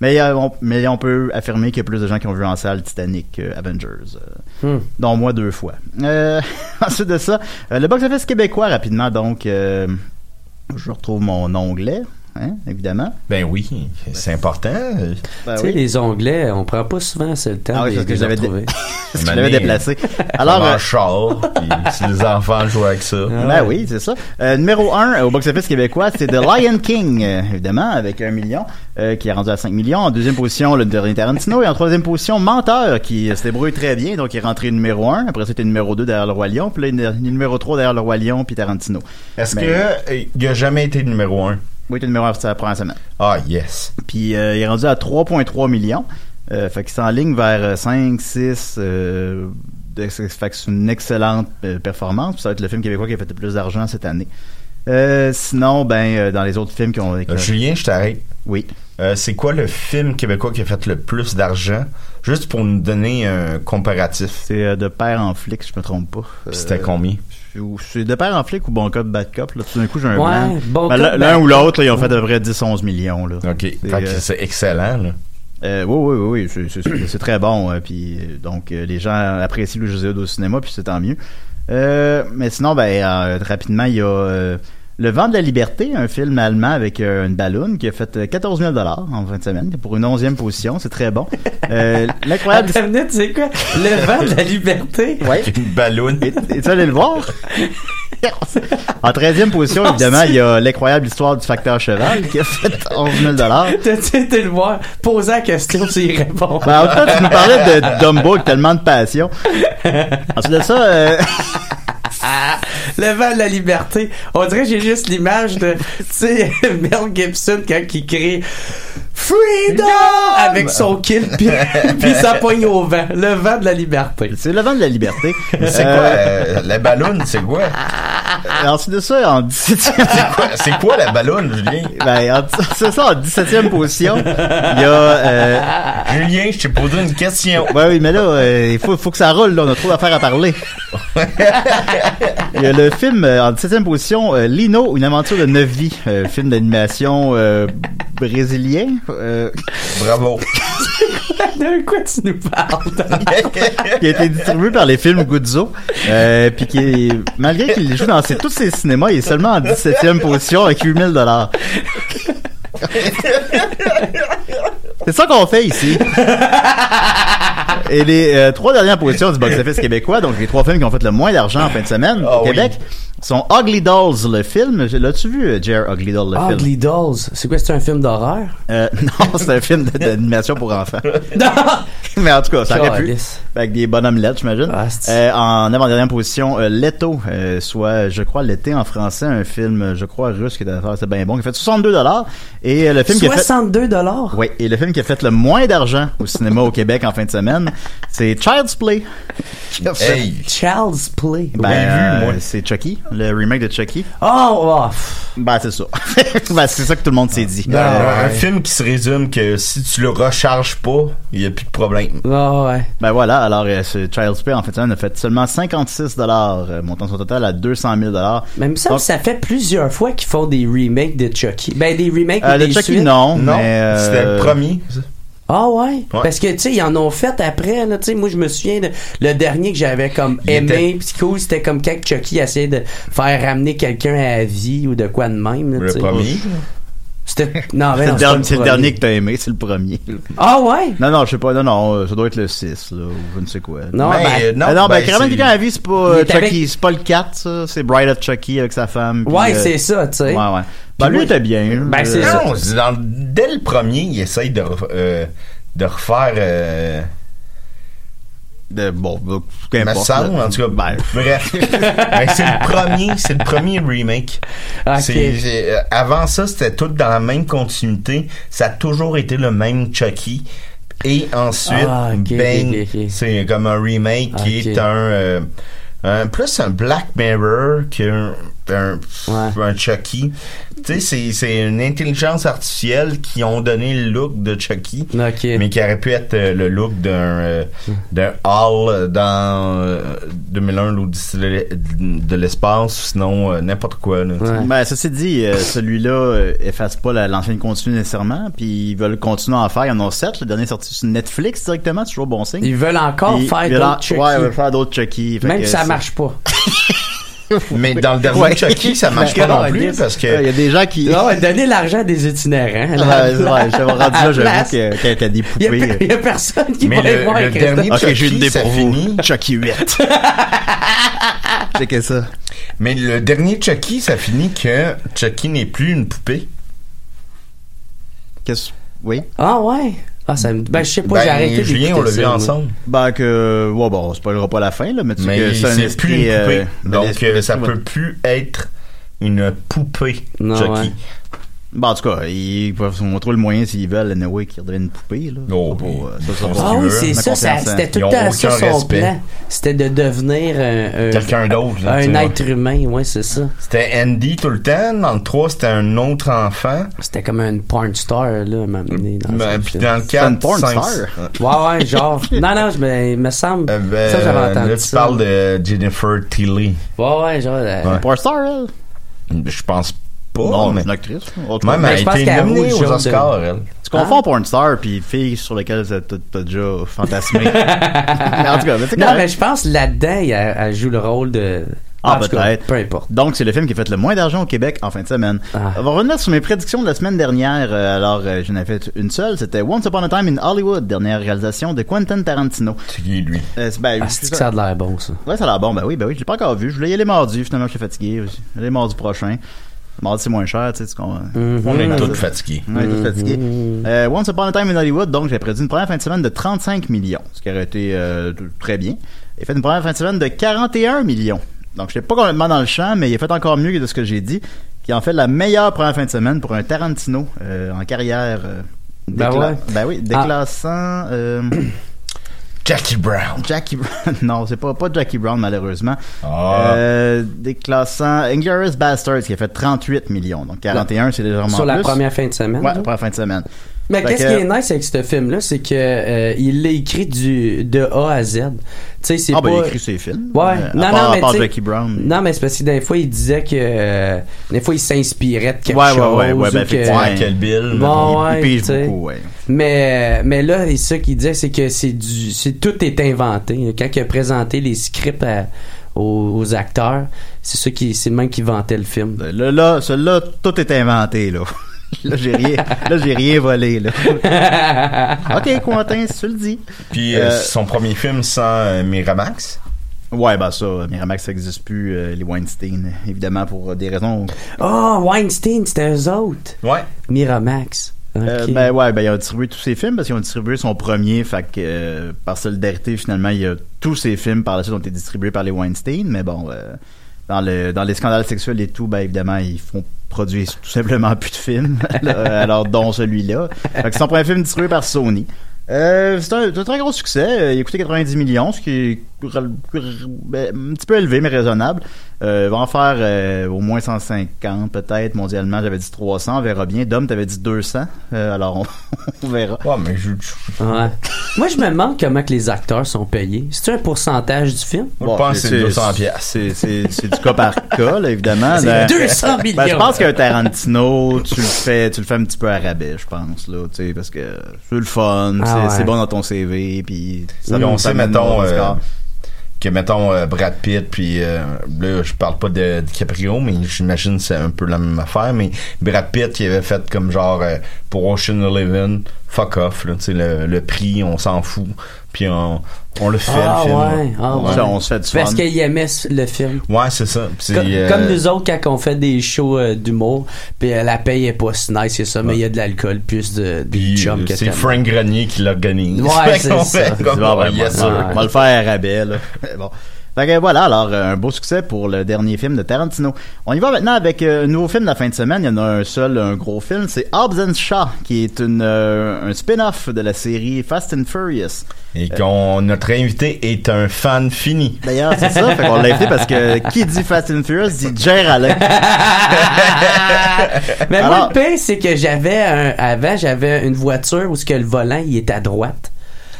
Speaker 3: Mais, euh, on, mais on peut affirmer qu'il y a plus de gens qui ont vu en salle Titanic que Avengers. euh,
Speaker 5: Hmm.
Speaker 3: Dont moi deux fois. Euh, ensuite de ça, euh, le box-office québécois, rapidement. Donc, euh, je retrouve mon onglet, hein, évidemment.
Speaker 6: Ben oui, c'est important.
Speaker 3: Ben
Speaker 5: tu sais,
Speaker 3: oui.
Speaker 5: les onglets, on prend pas souvent c'est le temps
Speaker 3: Ah oui,
Speaker 5: de,
Speaker 3: parce que
Speaker 5: de les
Speaker 3: j'avais
Speaker 5: retrouver.
Speaker 3: Parce que je l'avais
Speaker 6: Mané,
Speaker 3: déplacé.
Speaker 6: Alors,
Speaker 3: Alors,
Speaker 6: en
Speaker 3: euh,
Speaker 6: char, puis si les enfants jouent avec ça.
Speaker 3: Ben oui, c'est ça. Euh, numéro 1 au box-office québécois, c'est The Lion King, euh, évidemment, avec 1 million, euh, qui est rendu à 5 millions. En deuxième position, le dernier Tarantino. Et en troisième position, Menteur, qui euh, se débrouille très bien, donc il est rentré numéro 1. Après ça, il était numéro 2 derrière le Roi Lion. Puis là, il est numéro 3 derrière le Roi Lion, puis Tarantino.
Speaker 6: Est-ce
Speaker 3: Ben-
Speaker 6: que euh, il a jamais été numéro un?
Speaker 3: Oui, il était numéro 1 la première semaine.
Speaker 6: Ah, yes.
Speaker 3: Puis euh, il est rendu à 3,3 millions. Euh, fait qu'il s'enligne vers euh, 5, 6. Euh, de- fait que c'est une excellente euh, performance. Puis ça va être le film québécois qui a fait le plus d'argent cette année. Euh, sinon, ben euh, dans les autres films qui ont. qui ont-
Speaker 6: Euh, Julien, je t'arrête.
Speaker 3: oui.
Speaker 6: Euh, c'est quoi le film québécois qui a fait le plus d'argent? Juste pour nous donner un comparatif.
Speaker 3: C'est euh, De Père en flic, si je me trompe pas. Euh,
Speaker 6: Puis C'était combien?
Speaker 3: ou- C'est De Père en flic ou Bon Cop, Bad Cop. Là, tout d'un coup, j'ai un blanc.
Speaker 5: Ouais, bon.
Speaker 3: Ben,
Speaker 5: cop,
Speaker 3: l'un- L'un
Speaker 5: ben-
Speaker 3: ou l'autre, là, ils ont fait à peu près 10-11 millions. Là.
Speaker 6: OK. Fait que
Speaker 3: euh,
Speaker 6: c'est excellent, là.
Speaker 3: Euh, oui, oui, oui, oui, c'est- c'est- c'est c'est très bon. euh, puis euh, donc euh, les gens apprécient Louis José Hood au cinéma, puis c'est tant mieux. Euh, mais sinon, ben euh, rapidement, il y a euh, Le Vent de la Liberté, un film allemand avec euh, une balloune qui a fait euh, 14 000 dollars en fin de semaine pour une onzième position. C'est très bon. Euh, L'incroyable.
Speaker 5: Attends une minute, c'est quoi? Le vent de la liberté?
Speaker 3: Ouais.
Speaker 6: Une balloune.
Speaker 3: Hein? Et tu allé le voir? en 13e position, évidemment, il y a l'incroyable histoire du facteur cheval qui a fait 11 000
Speaker 5: T'as-tu été le voir? Poser la question, c'est y répond.
Speaker 3: Ben, en tout cas, tu nous parlais de Dumbo avec tellement de passion. Ensuite de ça, euh,
Speaker 5: Ah, le vent de la liberté. On dirait que j'ai juste l'image de, tu sais, Mel Gibson quand il crie Freedom! Avec son kill, puis puis ça pogne au vent. Le vent de la liberté.
Speaker 3: c'est le vent de la liberté.
Speaker 6: C'est quoi?
Speaker 3: Euh,
Speaker 6: euh, la balloune, c'est quoi?
Speaker 3: Ensuite de ça, en 17e,
Speaker 6: C'est quoi, c'est quoi la balloune, Julien?
Speaker 3: ben, en- c'est ça, en 17e position, il y a, euh,
Speaker 6: Julien, je t'ai posé une question.
Speaker 3: ouais, oui, mais là, euh, il faut, faut que ça roule, là, on a trop d'affaires à parler. Il y a le film, euh, en 17e position, euh, Lino, une aventure de 9 vies, euh, film d'animation, euh, brésilien, euh,
Speaker 6: Bravo.
Speaker 5: De quoi tu nous parles?
Speaker 3: qui a été distribué par les films Guzzo. Euh, puis qui est, malgré qu'il joue dans ses- tous ses cinémas, il est seulement en 17e position avec 8000 dollars. C'est ça qu'on fait ici. Et les euh, trois dernières positions du box-office québécois, donc les trois films qui ont fait le moins d'argent en fin de semaine
Speaker 6: Ah
Speaker 3: au
Speaker 6: oui.
Speaker 3: Québec, sont Ugly Dolls, le film. L'as-tu vu, euh, Jer, Ugly Dolls, le film?
Speaker 5: Ugly Dolls. Ah, C'est quoi, c'est un film d'horreur?
Speaker 3: Euh, non, c'est un film de- d'animation pour enfants. Mais en tout cas, ça aurait pu.
Speaker 5: Calice.
Speaker 3: Avec des bonhommes lettres, j'imagine.
Speaker 5: Ah, c'est-
Speaker 3: Euh, en avant-dernière position, euh, Leto, euh, soit, je crois, L'été en français, un film, euh, je crois, russe qui est d'affaires, c'est bien bon, qui a fait 62 dollars. Et euh, le film qui a fait...
Speaker 5: 62 dollars?
Speaker 3: Oui, et le film qui a fait le moins d'argent au cinéma au Québec en fin de semaine, c'est Child's Play. Qui a fait-
Speaker 6: Hey,
Speaker 5: Child's Play.
Speaker 3: Ben,
Speaker 6: oui, vu, moi.
Speaker 3: euh, c'est Chucky, le remake de Chucky.
Speaker 5: Oh, oh, pff.
Speaker 3: Ben, c'est ça. ben, c'est ça que tout le monde s'est dit.
Speaker 5: Ben,
Speaker 3: Euh,
Speaker 6: un- un film qui se résume que si tu le recharges pas, il n'y a plus de problème.
Speaker 5: Ah, ouais.
Speaker 3: Ben voilà, alors euh, ce Child's Play, en fait, ça, a fait seulement 56 dollars, euh, montant son total à 200 000 dollars.
Speaker 5: Même ça, me semble que ça fait plusieurs fois qu'ils font des remakes de Chucky. Ben, des remakes ou
Speaker 3: le
Speaker 5: des
Speaker 3: Euh, Chucky,
Speaker 5: suites.
Speaker 3: non,
Speaker 6: Non,
Speaker 3: mais, euh,
Speaker 6: c'était le premier. ça.
Speaker 5: Ah ouais?
Speaker 6: Ouais.
Speaker 5: Parce que, tu sais, ils en ont fait après, là, tu sais, moi, je me souviens, de- le dernier que j'avais comme
Speaker 6: Il
Speaker 5: aimé, pis cool, c'était comme quand Chucky essayait de faire ramener quelqu'un à la vie ou de quoi de même, là, tu
Speaker 6: Le
Speaker 5: sais.
Speaker 6: premier.
Speaker 5: C'était. Non,
Speaker 3: C'est
Speaker 5: mais Ah,
Speaker 3: le,
Speaker 5: ben non, pas
Speaker 3: dernier- c'est le
Speaker 5: premier.
Speaker 3: dernier que t'as aimé, c'est le premier.
Speaker 5: Ah ouais?
Speaker 3: Non, non, je sais pas, non, non, euh, ça doit être le 6, là, ou je ne sais quoi.
Speaker 5: Non,
Speaker 6: Mais,
Speaker 5: ben,
Speaker 6: euh,
Speaker 3: Ah non, ben, Caravan
Speaker 6: c'est-
Speaker 3: quelqu'un à vie, c'est pas
Speaker 5: Il
Speaker 3: euh,
Speaker 5: est
Speaker 3: Chucky,
Speaker 5: avec-
Speaker 3: c'est pas le 4, ça, c'est Bride of Chucky avec sa femme. puis,
Speaker 5: Ouais,
Speaker 3: euh,
Speaker 5: c'est ça, tu sais.
Speaker 3: Ouais, ouais. Ben, lui,
Speaker 5: moi-
Speaker 3: il était bien.
Speaker 5: Ben, c'est
Speaker 3: Euh,
Speaker 5: ça.
Speaker 6: Non, c'est dans- dès le premier, il essaye de, re- euh, de refaire. euh,
Speaker 3: de- bon, bah, qu'importe,
Speaker 6: me semble,
Speaker 3: là.
Speaker 6: en tout cas.
Speaker 3: Ben,
Speaker 6: Bref. Ben, c'est le premier, c'est le premier remake.
Speaker 5: Ok.
Speaker 6: C'est- c'est- euh, avant ça, c'était tout dans la même continuité. Ça a toujours été le même Chucky. Et ensuite,
Speaker 5: Ah, ok,
Speaker 6: bang,
Speaker 5: ok, ok, ok.
Speaker 6: c'est comme un remake
Speaker 5: Ok.
Speaker 6: qui est un, euh, un- plus un Black Mirror qu'un un,
Speaker 5: Ouais.
Speaker 6: un Chucky. Tu sais, c'est- c'est une intelligence artificielle qui ont donné le look de Chucky.
Speaker 5: Ok.
Speaker 6: Mais qui aurait pu être euh, le look d'un euh, d'un Hall euh, dans euh, 2001 l'Odyssée de l'e- de l'espace, ou sinon euh, n'importe quoi. là.
Speaker 5: Ouais.
Speaker 3: Ben, ceci dit, euh, celui-là euh, efface pas la- l'ancienne continue nécessairement, puis ils veulent continuer à en faire. Ils en ont 7, le dernier est sorti sur Netflix directement, c'est toujours bon signe.
Speaker 5: Ils veulent encore
Speaker 3: Puis,
Speaker 5: faire
Speaker 3: ils veulent en-
Speaker 5: d'autres Chucky.
Speaker 3: Ouais, ils veulent faire d'autres Chucky. fait
Speaker 5: Même
Speaker 3: que
Speaker 5: si ça
Speaker 3: c'est-
Speaker 5: marche pas.
Speaker 6: Mais dans le dernier
Speaker 3: Ouais.
Speaker 6: Chucky, ça marche pas
Speaker 3: Ben,
Speaker 6: non plus
Speaker 3: yes.
Speaker 6: parce que Ah,
Speaker 3: Ouais, Il y a des gens qui.
Speaker 5: Non, Ah donner l'argent à des itinérants.
Speaker 3: Ah, c'est vrai, j'avais rendu
Speaker 5: À
Speaker 3: là,
Speaker 5: la
Speaker 3: j'avoue
Speaker 5: place.
Speaker 3: que quand il y a des
Speaker 5: Il
Speaker 3: poupées. euh,
Speaker 5: n'y a, personne qui
Speaker 6: Mais
Speaker 5: va les
Speaker 6: le-
Speaker 5: voir
Speaker 6: le
Speaker 5: Christophe.
Speaker 6: dernier-
Speaker 3: Ok, j'ai une idée
Speaker 6: ça
Speaker 3: pour vous.
Speaker 6: finit.
Speaker 3: Chucky 8. Checkez ça.
Speaker 6: mais le dernier Chucky, ça finit que Chucky n'est plus une poupée.
Speaker 3: Qu'est-ce. Oui.
Speaker 5: Ah ouais? Ah, ça me... Ben, je sais pas, j'ai
Speaker 6: Ben,
Speaker 5: arrêté
Speaker 6: Julien,
Speaker 5: d'écouter
Speaker 6: on l'a vu
Speaker 5: ça, moi.
Speaker 6: ensemble.
Speaker 3: Ben, que. Ouais, bon, on spoilera pas la fin, là, mais tu sais que
Speaker 6: Mais
Speaker 3: c'est un
Speaker 6: c'est
Speaker 3: esprit,
Speaker 6: plus une poupée.
Speaker 3: euh, ben,
Speaker 6: Donc
Speaker 3: l'esprit-
Speaker 6: euh, ça peut plus être une poupée
Speaker 5: Non,
Speaker 6: Chucky.
Speaker 3: Ben, en tout cas, ils peuvent ils vont trouver le moyen s'ils veulent, anyway, qu'ils redeviennent une poupée, là.
Speaker 6: Oh,
Speaker 3: Pas
Speaker 6: oui.
Speaker 3: pour, euh, ça, ça,
Speaker 6: Ah
Speaker 3: ça,
Speaker 5: Ah
Speaker 6: tu
Speaker 5: oui,
Speaker 6: veux,
Speaker 5: c'est
Speaker 3: ma
Speaker 5: ça, ça-
Speaker 3: confiance, hein.
Speaker 5: c'était
Speaker 6: Ils
Speaker 5: tout le
Speaker 6: ont
Speaker 5: temps ça
Speaker 6: aucun
Speaker 5: son
Speaker 6: respect.
Speaker 5: plan. C'était de devenir un, un-
Speaker 6: Quelqu'un d'autre. là, tu
Speaker 5: un
Speaker 6: vois.
Speaker 5: être humain, ouais, c'est ça.
Speaker 6: C'était Andy tout le temps. Dans le 3, c'était un autre enfant.
Speaker 5: C'était comme une porn star, là, à un moment donné, dans
Speaker 6: Ben,
Speaker 5: ce
Speaker 6: puis
Speaker 5: film.
Speaker 6: dans le
Speaker 3: C'est une
Speaker 6: 4,
Speaker 3: porn
Speaker 6: 5,
Speaker 3: star.
Speaker 5: Ouais, ouais, genre. Non, non, je, ben, il me semble.
Speaker 6: Euh, ben,
Speaker 5: ça, j'avais entendu.
Speaker 6: là, tu
Speaker 5: ça.
Speaker 6: parles de Jennifer Tilly.
Speaker 5: Ouais, ouais, genre. euh,
Speaker 6: Ouais.
Speaker 3: Pas un star, elle.
Speaker 6: Je pense pas.
Speaker 3: non,
Speaker 6: mais
Speaker 3: une actrice. autre
Speaker 6: même
Speaker 3: chose.
Speaker 5: Ben,
Speaker 6: elle
Speaker 5: je
Speaker 6: a
Speaker 5: pense
Speaker 6: été
Speaker 5: qu'elle roule
Speaker 6: nominée aux
Speaker 5: jaune de-
Speaker 6: Oscars,
Speaker 3: Tu
Speaker 6: elle.
Speaker 5: Hein?
Speaker 3: confonds pour une star puis fille sur laquelle t'as- t'as t'as déjà fantasmé. Mais en tout cas, mais c'est
Speaker 5: Non,
Speaker 3: correct.
Speaker 5: mais je pense là-dedans, il- elle, elle joue le rôle de.
Speaker 3: Ah,
Speaker 5: En tout cas,
Speaker 3: peut-être.
Speaker 5: Peu importe.
Speaker 3: Donc, c'est le film qui a fait le moins d'argent au Québec en fin de semaine.
Speaker 5: Ah.
Speaker 3: On va revenir sur mes prédictions de la semaine dernière. Euh, alors, euh, j'en ai fait une seule. C'était Once Upon a Time in Hollywood, dernière réalisation de Quentin Tarantino.
Speaker 6: C'est qui, lui?
Speaker 3: Euh, c'est- ben,
Speaker 5: Ah,
Speaker 3: c'est
Speaker 5: c'est que ça a de l'air bon, ça.
Speaker 3: Ouais, ça a l'air bon. Ben oui, ben oui, je l'ai pas encore vu. Je voulais y aller mardi. Finalement, je suis fatigué. Je vais aller mardi prochain. Mardi, c'est moins cher, tu sais, tu comprends.
Speaker 5: Mm-hmm.
Speaker 6: On est tous fatigués.
Speaker 3: On est tous fatigués.
Speaker 5: Mhm.
Speaker 3: Euh, Once Upon a Time in Hollywood, donc j'ai prédit une première fin de semaine de 35 millions, ce qui aurait été euh, t- très bien. Il fait une première fin de semaine de 41 millions. Donc je n'étais pas complètement dans le champ, mais il a fait encore mieux que de ce que j'ai dit, qui en fait la meilleure première fin de semaine pour un Tarantino euh, en carrière. euh,
Speaker 5: Ben
Speaker 3: décla-
Speaker 5: ouais.
Speaker 3: ben oui, déclassant euh,
Speaker 6: Jackie Brown.
Speaker 3: Jackie Brown. Non, c'est pas, pas Jackie Brown malheureusement.
Speaker 6: Ah.
Speaker 3: Euh, déclassant Inglourious Basterds qui a fait 38 millions. Donc 41, c'est légèrement
Speaker 5: Sur la
Speaker 3: plus.
Speaker 5: première fin de semaine.
Speaker 3: Ouais,
Speaker 5: là.
Speaker 3: la première fin de semaine.
Speaker 5: Mais
Speaker 3: Fait
Speaker 5: qu'est-ce
Speaker 3: que-
Speaker 5: qui est nice avec ce film-là, c'est que euh, il l'a écrit du de A à Z. Tu sais, c'est
Speaker 3: Ah,
Speaker 5: pas.
Speaker 3: ben, il a écrit ses films.
Speaker 5: Ouais.
Speaker 3: Euh,
Speaker 5: non,
Speaker 3: à
Speaker 5: non,
Speaker 3: part,
Speaker 5: mais
Speaker 3: à part
Speaker 5: tu sais-
Speaker 3: Jackie Brown.
Speaker 5: Non, mais c'est parce que des fois, il disait que euh, des fois, il s'inspirait de quelque
Speaker 3: Ouais, ouais,
Speaker 5: chose.
Speaker 3: ouais, ouais,
Speaker 5: ou
Speaker 3: ben,
Speaker 5: que-
Speaker 3: effectivement.
Speaker 6: Ouais, quel Bill.
Speaker 5: Bon,
Speaker 3: il,
Speaker 5: ouais,
Speaker 3: il pige
Speaker 5: tu sais.
Speaker 3: beaucoup, ouais.
Speaker 5: Mais mais là, et ça qu'il disait, c'est que c'est du, c'est tout est inventé. Quand il a présenté les scripts à- aux, aux acteurs, c'est ça qui, c'est le même qui vantait le film.
Speaker 3: Là, là, celui-là, tout est inventé, là. Là, j'ai rien, là, j'ai rien volé, là. ok, Quentin, si tu le dis.
Speaker 6: Puis euh,
Speaker 3: Euh,
Speaker 6: son premier film sans euh, Miramax.
Speaker 3: Ouais, ben, ça, Miramax, ça n'existe plus, euh, les Weinstein, évidemment, pour euh, des raisons.
Speaker 5: Ah, Weinstein, c'était eux autres.
Speaker 6: Ouais.
Speaker 5: Miramax. Ok.
Speaker 3: Euh, ben, ouais, ben, ils ont distribué tous ses films parce qu'ils ont distribué son premier, fait que, euh, par solidarité, finalement, il y a tous ses films par la suite ont été distribués par les Weinstein, mais bon, euh, dans, le, dans les scandales sexuels et tout, ben évidemment, ils font produire tout simplement plus de films, euh, alors dont celui-là. Fait que C'est son premier film distribué par Sony. Euh, c'est un, c'est un très gros succès. Euh, Il a coûté 90 millions, ce qui est rel- ben, un petit peu élevé, mais raisonnable. Euh, il va en faire euh, au moins 150 peut-être mondialement. J'avais dit 300, on verra bien. Dom, t'avais dit 200, euh, alors on, on verra.
Speaker 6: Ouais, mais je, je-
Speaker 5: Ouais. Moi, je me demande comment que les acteurs sont payés. C'est un pourcentage du film
Speaker 6: je pense que c'est 200 piastres.
Speaker 3: C'est c'est- c'est du cas par cas, là, évidemment.
Speaker 5: C'est
Speaker 3: Là,
Speaker 5: 200 millions.
Speaker 3: Ben, je pense qu'un Tarantino, tu le fais, tu le fais un petit peu à rabais, je pense, là, tu sais, parce que c'est le fun,
Speaker 5: Ah
Speaker 3: c'est-
Speaker 5: ouais.
Speaker 3: c'est bon dans ton CV, puis ça
Speaker 6: Puis on
Speaker 3: ça
Speaker 6: sait,
Speaker 3: mène
Speaker 6: mettons,
Speaker 3: au
Speaker 6: euh,
Speaker 3: score.
Speaker 6: que mettons euh, Brad Pitt puis euh, là je parle pas de DiCaprio mais j'imagine que c'est un peu la même affaire mais Brad Pitt qui avait fait comme genre euh, pour Ocean Eleven fuck off là tu sais le, le prix on s'en fout puis on, on le fait
Speaker 5: Ah,
Speaker 6: le film
Speaker 5: ouais, ah, ouais.
Speaker 3: Ça, on se fait du fun.
Speaker 5: Parce qu'il aimait le film.
Speaker 6: Ouais, c'est ça Puis c'est,
Speaker 5: Comme,
Speaker 6: euh,
Speaker 5: comme nous autres, quand on fait des shows euh, d'humour, puis euh, la paye est pas si nice, c'est ça, mais il y a de l'alcool, plus de, de
Speaker 6: puis, euh,
Speaker 5: chum que
Speaker 6: c'est
Speaker 5: t'aimes.
Speaker 6: Frank Grenier qui l'organise
Speaker 5: Ouais,
Speaker 6: Fait
Speaker 5: c'est
Speaker 6: qu'on
Speaker 5: ça.
Speaker 6: fait comme,
Speaker 3: C'est bon,
Speaker 6: ouais,
Speaker 3: ben,
Speaker 6: yes,
Speaker 3: bon,
Speaker 6: sir.
Speaker 3: on va le faire à rabais, là. bon. Fait que voilà, alors euh, un beau succès pour le dernier film de Tarantino. On y va maintenant avec euh, un nouveau film de la fin de semaine. Il y en a un seul, un gros film. C'est Hobbs and Shaw, qui est une, euh, un spin-off de la série Fast and Furious.
Speaker 6: et qu'on notre invité est un fan fini
Speaker 3: D'ailleurs, c'est ça. fait qu'on l'a invité parce que qui dit Fast and Furious dit Jerry Alain.
Speaker 5: Mais moi,
Speaker 3: Alors-
Speaker 5: le pire, c'est que j'avais un, avant, j'avais une voiture où ce que le volant, il est à droite.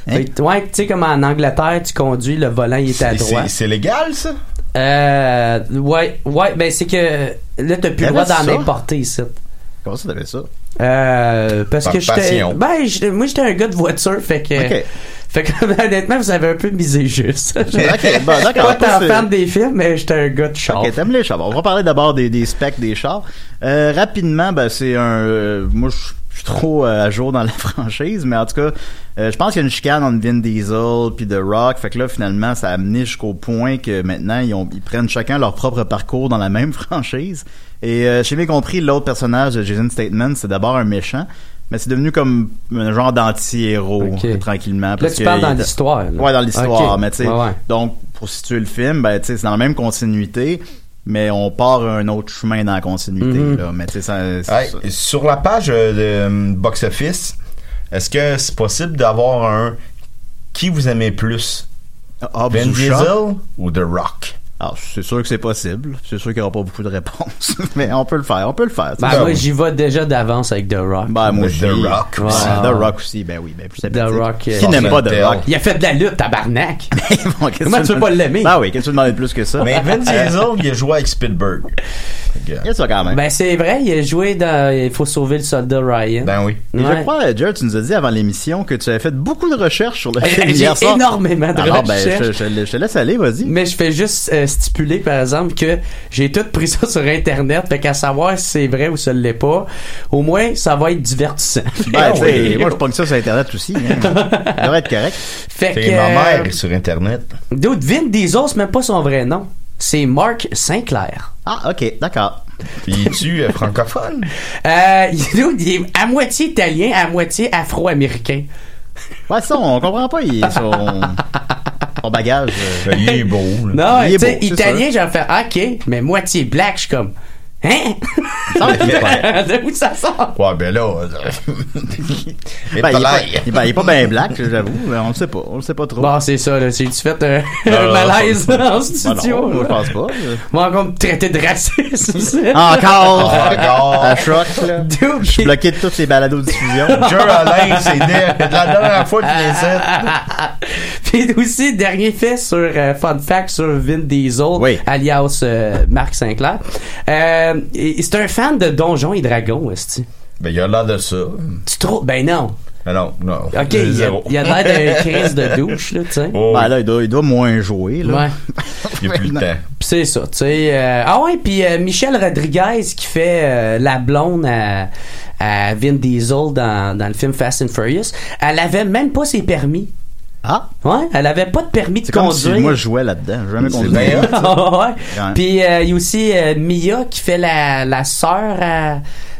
Speaker 5: Fait que, ouais, tu sais, comme en Angleterre, tu conduis, le volant, il est à
Speaker 6: Et c'est,
Speaker 5: droite.
Speaker 6: c'est légal ça
Speaker 5: Euh, ouais, ouais, ben c'est que là, t'as plus
Speaker 3: Y'avait
Speaker 5: le droit d'en
Speaker 3: ça?
Speaker 5: importer ici.
Speaker 3: Comment ça t'avais ça?
Speaker 5: Euh, parce
Speaker 6: Par
Speaker 5: que j'étais.
Speaker 6: passion.
Speaker 5: Ben, j'étais- moi, j'étais un gars de voiture, fait que.
Speaker 3: Ok.
Speaker 5: Fait que, honnêtement, vous avez un peu misé juste.
Speaker 3: Ok, bon,
Speaker 5: Je suis
Speaker 3: d'accord. euh,
Speaker 5: pas tant
Speaker 3: C'est-
Speaker 5: fan des films, mais j'étais un gars de char.
Speaker 3: Ok, t'aimes les chars. Bon, On va parler d'abord des, des specs des chars. Euh, rapidement, ben, c'est un... euh, moi, je je suis trop euh, à jour dans la franchise, mais en tout cas, euh, je pense qu'il y a une chicane entre Vin Diesel puis The Rock. Fait que là, finalement, ça a amené jusqu'au point que maintenant, ils, ont- ils prennent chacun leur propre parcours dans la même franchise. Et euh, j'ai bien compris, l'autre personnage de Jason Statham, c'est d'abord un méchant, mais c'est devenu comme un genre d'anti-héros,
Speaker 5: Ok.
Speaker 3: euh, tranquillement.
Speaker 5: Là,
Speaker 3: parce
Speaker 5: tu
Speaker 3: que
Speaker 5: parles
Speaker 3: il
Speaker 5: dans
Speaker 3: était-
Speaker 5: l'histoire. là.
Speaker 3: Ouais, dans l'histoire,
Speaker 5: Ok.
Speaker 3: mais tu sais,
Speaker 5: Ouais, ouais.
Speaker 3: donc, pour situer le film, ben, tu sais, c'est dans la même continuité, mais on part un autre chemin dans la continuité,
Speaker 5: Mhm.
Speaker 3: là. Mais tu sais, ça, c'est
Speaker 6: Hey,
Speaker 3: ça.
Speaker 6: sur la page euh, de euh, Box Office, est-ce que c'est possible d'avoir un qui vous aimez plus
Speaker 3: Hobbs
Speaker 6: Ben
Speaker 3: ou Shaw?
Speaker 6: Diesel ou The Rock
Speaker 3: Alors, c'est sûr que c'est possible. C'est sûr qu'il n'y aura pas beaucoup de réponses, mais on peut le faire, on peut le faire.
Speaker 5: Ben,
Speaker 3: C'est
Speaker 5: moi,
Speaker 3: ça.
Speaker 5: j'y vais déjà d'avance avec The Rock.
Speaker 3: Ben, moi,
Speaker 6: The
Speaker 3: je dis-
Speaker 6: Rock
Speaker 3: Ouais.
Speaker 5: aussi.
Speaker 3: The Rock aussi, ben oui, ben plus
Speaker 5: The Rock,
Speaker 3: Qui
Speaker 5: euh,
Speaker 3: n'aime pas The
Speaker 6: Sentel.
Speaker 3: Rock?
Speaker 5: Il a fait de la lutte, tabarnak.
Speaker 3: Bon, qu'est-ce
Speaker 5: Comment
Speaker 3: que
Speaker 5: tu veux pas l'aimer?
Speaker 3: Ben oui, qu'est-ce que tu demandais de plus que ça?
Speaker 6: Mais Ben Diesel, il a joué avec Spielberg.
Speaker 3: Il y a ça quand même.
Speaker 5: ben, c'est vrai, il a joué dans Il faut sauver le soldat Ryan.
Speaker 6: Ben oui.
Speaker 3: Et
Speaker 5: Ouais.
Speaker 3: je crois, euh, Jared, tu nous as dit avant l'émission que tu avais fait beaucoup de recherches sur le film
Speaker 5: J'ai
Speaker 3: hier soir.
Speaker 5: énormément de
Speaker 3: Alors, ben,
Speaker 5: recherches.
Speaker 3: je, je- je te laisse aller, vas-y.
Speaker 5: Mais je fais juste euh, stipuler, par exemple, que j'ai tout pris ça sur Internet, fait qu'à savoir si c'est vrai ou ça l'est pas, au moins, ça va être divertissant.
Speaker 3: Ben, tu sais, moi, je pogne ça sur Internet aussi. Hein. Ça devrait être correct.
Speaker 5: Fait que...
Speaker 6: C'est ma mère
Speaker 5: euh,
Speaker 6: sur Internet.
Speaker 5: Dude, Vin Diesel, c'est même pas son vrai nom. C'est Mark Sinclair.
Speaker 3: Ah, OK, d'accord.
Speaker 6: Puis tu es francophone.
Speaker 5: Euh, dude, il est à moitié italien, à moitié afro-américain.
Speaker 3: Ouais, ça, on comprend pas il, son, son bagage. euh.
Speaker 6: Ben, il est beau. là.
Speaker 5: Non,
Speaker 3: Il
Speaker 5: tu
Speaker 3: est
Speaker 5: sais,
Speaker 3: beau, c'est
Speaker 5: italien, j'en fais ah, OK, mais moitié black, je suis comme Hein? D'où ça sort?
Speaker 6: Ouais, ben là. euh, Et
Speaker 3: Ben, il, est pas,
Speaker 6: palais.
Speaker 3: il- ben, il est pas bien black, j'avoue. mais On le sait pas. On le sait pas trop.
Speaker 5: Bon, c'est ça, là. J'ai-tu fait un,
Speaker 6: Non,
Speaker 5: un
Speaker 6: non,
Speaker 5: malaise
Speaker 6: non,
Speaker 5: en
Speaker 3: Ben non,
Speaker 5: studio?
Speaker 3: moi, je
Speaker 5: là?
Speaker 3: pense pas. euh.
Speaker 5: Moi, encore me traiter de raciste. c'est ça?
Speaker 3: Encore!
Speaker 6: Encore.
Speaker 3: Ça choque, là.
Speaker 5: Dude,
Speaker 3: Je suis bloqué de toutes les balados diffusion.
Speaker 6: Jer Alain, c'est de- de la dernière fois qu'il est ici.
Speaker 5: Puis aussi, dernier fait sur euh, Fun Fact sur Vin Diesel,
Speaker 3: Oui.
Speaker 5: alias euh, Marc Sinclair. Euh, et- et c'est un fan de Donjons et Dragons, est
Speaker 6: Ben, il a l'air de ça.
Speaker 5: Tu trouves? Ben non.
Speaker 6: Mais non, non.
Speaker 5: OK, il y a,
Speaker 6: Zéro.
Speaker 5: il y a l'air d'un crise de douche, là, tu sais.
Speaker 6: Oh,
Speaker 3: Ben là, il doit, il doit moins jouer, là.
Speaker 5: Ouais.
Speaker 6: il y a plus le temps.
Speaker 5: Pis c'est ça, tu sais. euh, ah ouais, puis euh, Michel Rodriguez qui fait euh, la blonde à, à Vin Diesel dans, dans le film Fast and Furious, elle avait même pas ses permis.
Speaker 3: Ah!
Speaker 5: Ouais, elle avait pas de permis de
Speaker 3: C'est comme si
Speaker 5: conduire.
Speaker 3: moi je jouais là-dedans. J'ai Jamais
Speaker 6: C'est
Speaker 3: conduit.
Speaker 6: bien hot.
Speaker 5: ouais.
Speaker 3: Ah Ouais.
Speaker 5: Puis euh, il y a aussi euh, Mia qui fait la, la sœur à,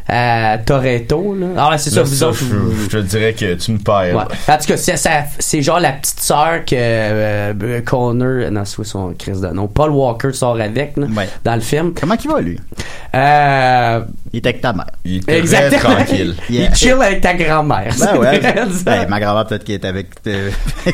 Speaker 5: à Toretto. Là. Ah, ouais, c'est ça,
Speaker 6: Là,
Speaker 5: vous
Speaker 6: ça,
Speaker 5: autres.
Speaker 6: je,
Speaker 5: vous-
Speaker 6: je te dirais que tu me perds.
Speaker 5: Ouais. En tout cas, c'est, ça- c'est genre la petite sœur que euh, Connor, non, c'est son Chris de nom, Paul Walker sort avec là,
Speaker 3: Ouais.
Speaker 5: dans le film.
Speaker 3: Comment qu'il va, lui?
Speaker 5: Euh,
Speaker 3: Il était avec ta mère.
Speaker 6: Il était
Speaker 5: exactement.
Speaker 6: très tranquille.
Speaker 3: Yeah.
Speaker 5: Il chill avec ta grand-mère.
Speaker 3: Ben ouais.
Speaker 5: C'est
Speaker 3: ben, ma grand-mère peut-être qu'elle est avec euh,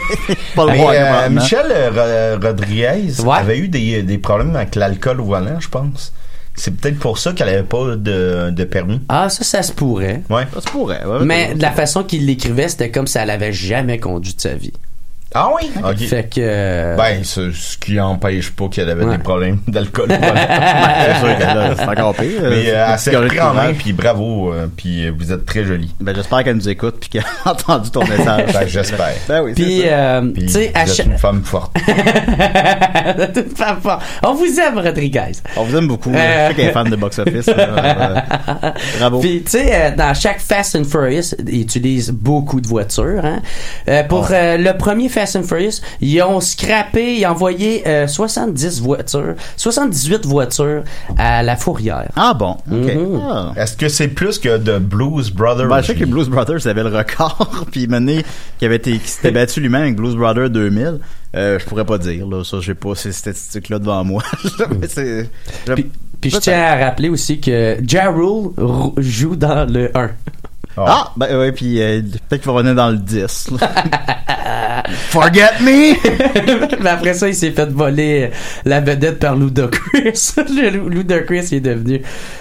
Speaker 3: Paul
Speaker 6: Mais,
Speaker 3: Walker,
Speaker 6: euh,
Speaker 3: probablement.
Speaker 6: Michel euh, Ro- Rodriguez
Speaker 5: Ouais.
Speaker 6: avait eu des, des problèmes avec l'alcool au volant, je pense. C'est peut-être pour ça qu'elle avait pas de, de permis.
Speaker 5: Ah, ça, ça se pourrait.
Speaker 6: Ouais.
Speaker 3: Ça se pourrait. ouais,
Speaker 5: Mais
Speaker 3: ouais.
Speaker 5: de la façon qu'il l'écrivait, c'était comme si elle avait jamais conduit de sa vie.
Speaker 6: Ah oui? Ok.
Speaker 5: Fait que. euh,
Speaker 6: Ben, ce, ce qui empêche pas qu'elle avait
Speaker 5: Ouais.
Speaker 6: des problèmes d'alcool.
Speaker 3: C'est sûr que là, c'est encore pire.
Speaker 6: Mais euh, elle s'est
Speaker 3: Correct,
Speaker 6: repris en main,
Speaker 3: courage.
Speaker 6: puis bravo, euh, puis euh, vous êtes très jolie.
Speaker 3: Ben, j'espère qu'elle nous écoute puis qu'elle a entendu ton message.
Speaker 6: Ben, j'espère.
Speaker 3: Ben oui, c'est
Speaker 5: Puis,
Speaker 3: ça.
Speaker 5: euh,
Speaker 6: Puis
Speaker 5: tu
Speaker 6: vous
Speaker 5: sais, à
Speaker 6: êtes
Speaker 5: chaque.
Speaker 6: une femme forte.
Speaker 5: On vous aime, Rodriguez.
Speaker 3: On vous aime beaucoup. Je sais qu'elle est fan de box-office. là. Euh, Bravo.
Speaker 5: euh, Puis, tu sais, euh, dans chaque Fast and Furious, ils utilisent beaucoup de voitures. Hein? Euh, pour euh, le premier Fast and Furious, ils ont scrappé, ils ont envoyé euh, 70 voitures, 78 voitures à la fourrière.
Speaker 3: Ah bon, ok.
Speaker 5: Mhm.
Speaker 3: Ah.
Speaker 6: Est-ce que c'est plus que de Blues Brothers?
Speaker 3: Ben, je sais que les Blues Brothers avaient le record, puis mené qui avait été, qui s'était battu lui-même avec Blues Brothers 2000. Euh, je pourrais pas dire là, ça j'ai pas ces statistiques là devant moi. Mais c'est- je-
Speaker 5: Puis, puis je
Speaker 3: peut-être.
Speaker 5: tiens à rappeler aussi que Ja Rule r- joue dans le 1.
Speaker 3: Ah, ben ouais, puis euh, peut-être qu'il va revenir dans le 10. là. Forget me.
Speaker 5: Mais après ça, il s'est fait voler euh, la vedette par Ludacris. Le Lu- Ludacris il est devenu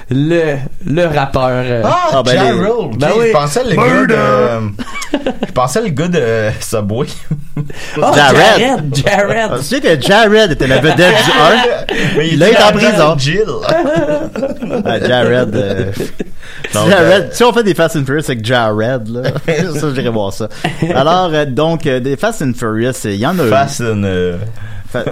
Speaker 5: le, le rappeur. euh,
Speaker 6: Ah,
Speaker 3: Ah, ben,
Speaker 6: Ja
Speaker 3: les-
Speaker 6: Rule.
Speaker 5: Ben
Speaker 6: Ok,
Speaker 5: oui.
Speaker 6: Je pensais le gars de... Je pensais le gars de Subway.
Speaker 5: oh,
Speaker 3: Jared.
Speaker 5: Jared! Jared!
Speaker 3: Ah, Tu sais que Jared était la vedette du 1.
Speaker 6: Mais
Speaker 3: Là, il est
Speaker 6: était
Speaker 3: en
Speaker 6: avec
Speaker 3: prison.
Speaker 6: Jill.
Speaker 3: Ah, Jared. euh,
Speaker 6: Donc,
Speaker 3: Jared.
Speaker 6: euh,
Speaker 3: Si on fait des Fast and Furious avec Jared, là, ça, j'irai voir ça. Alors, euh, donc, euh, des Fast and Furious, il y en a eu.
Speaker 6: Fast and... euh,
Speaker 3: Fa-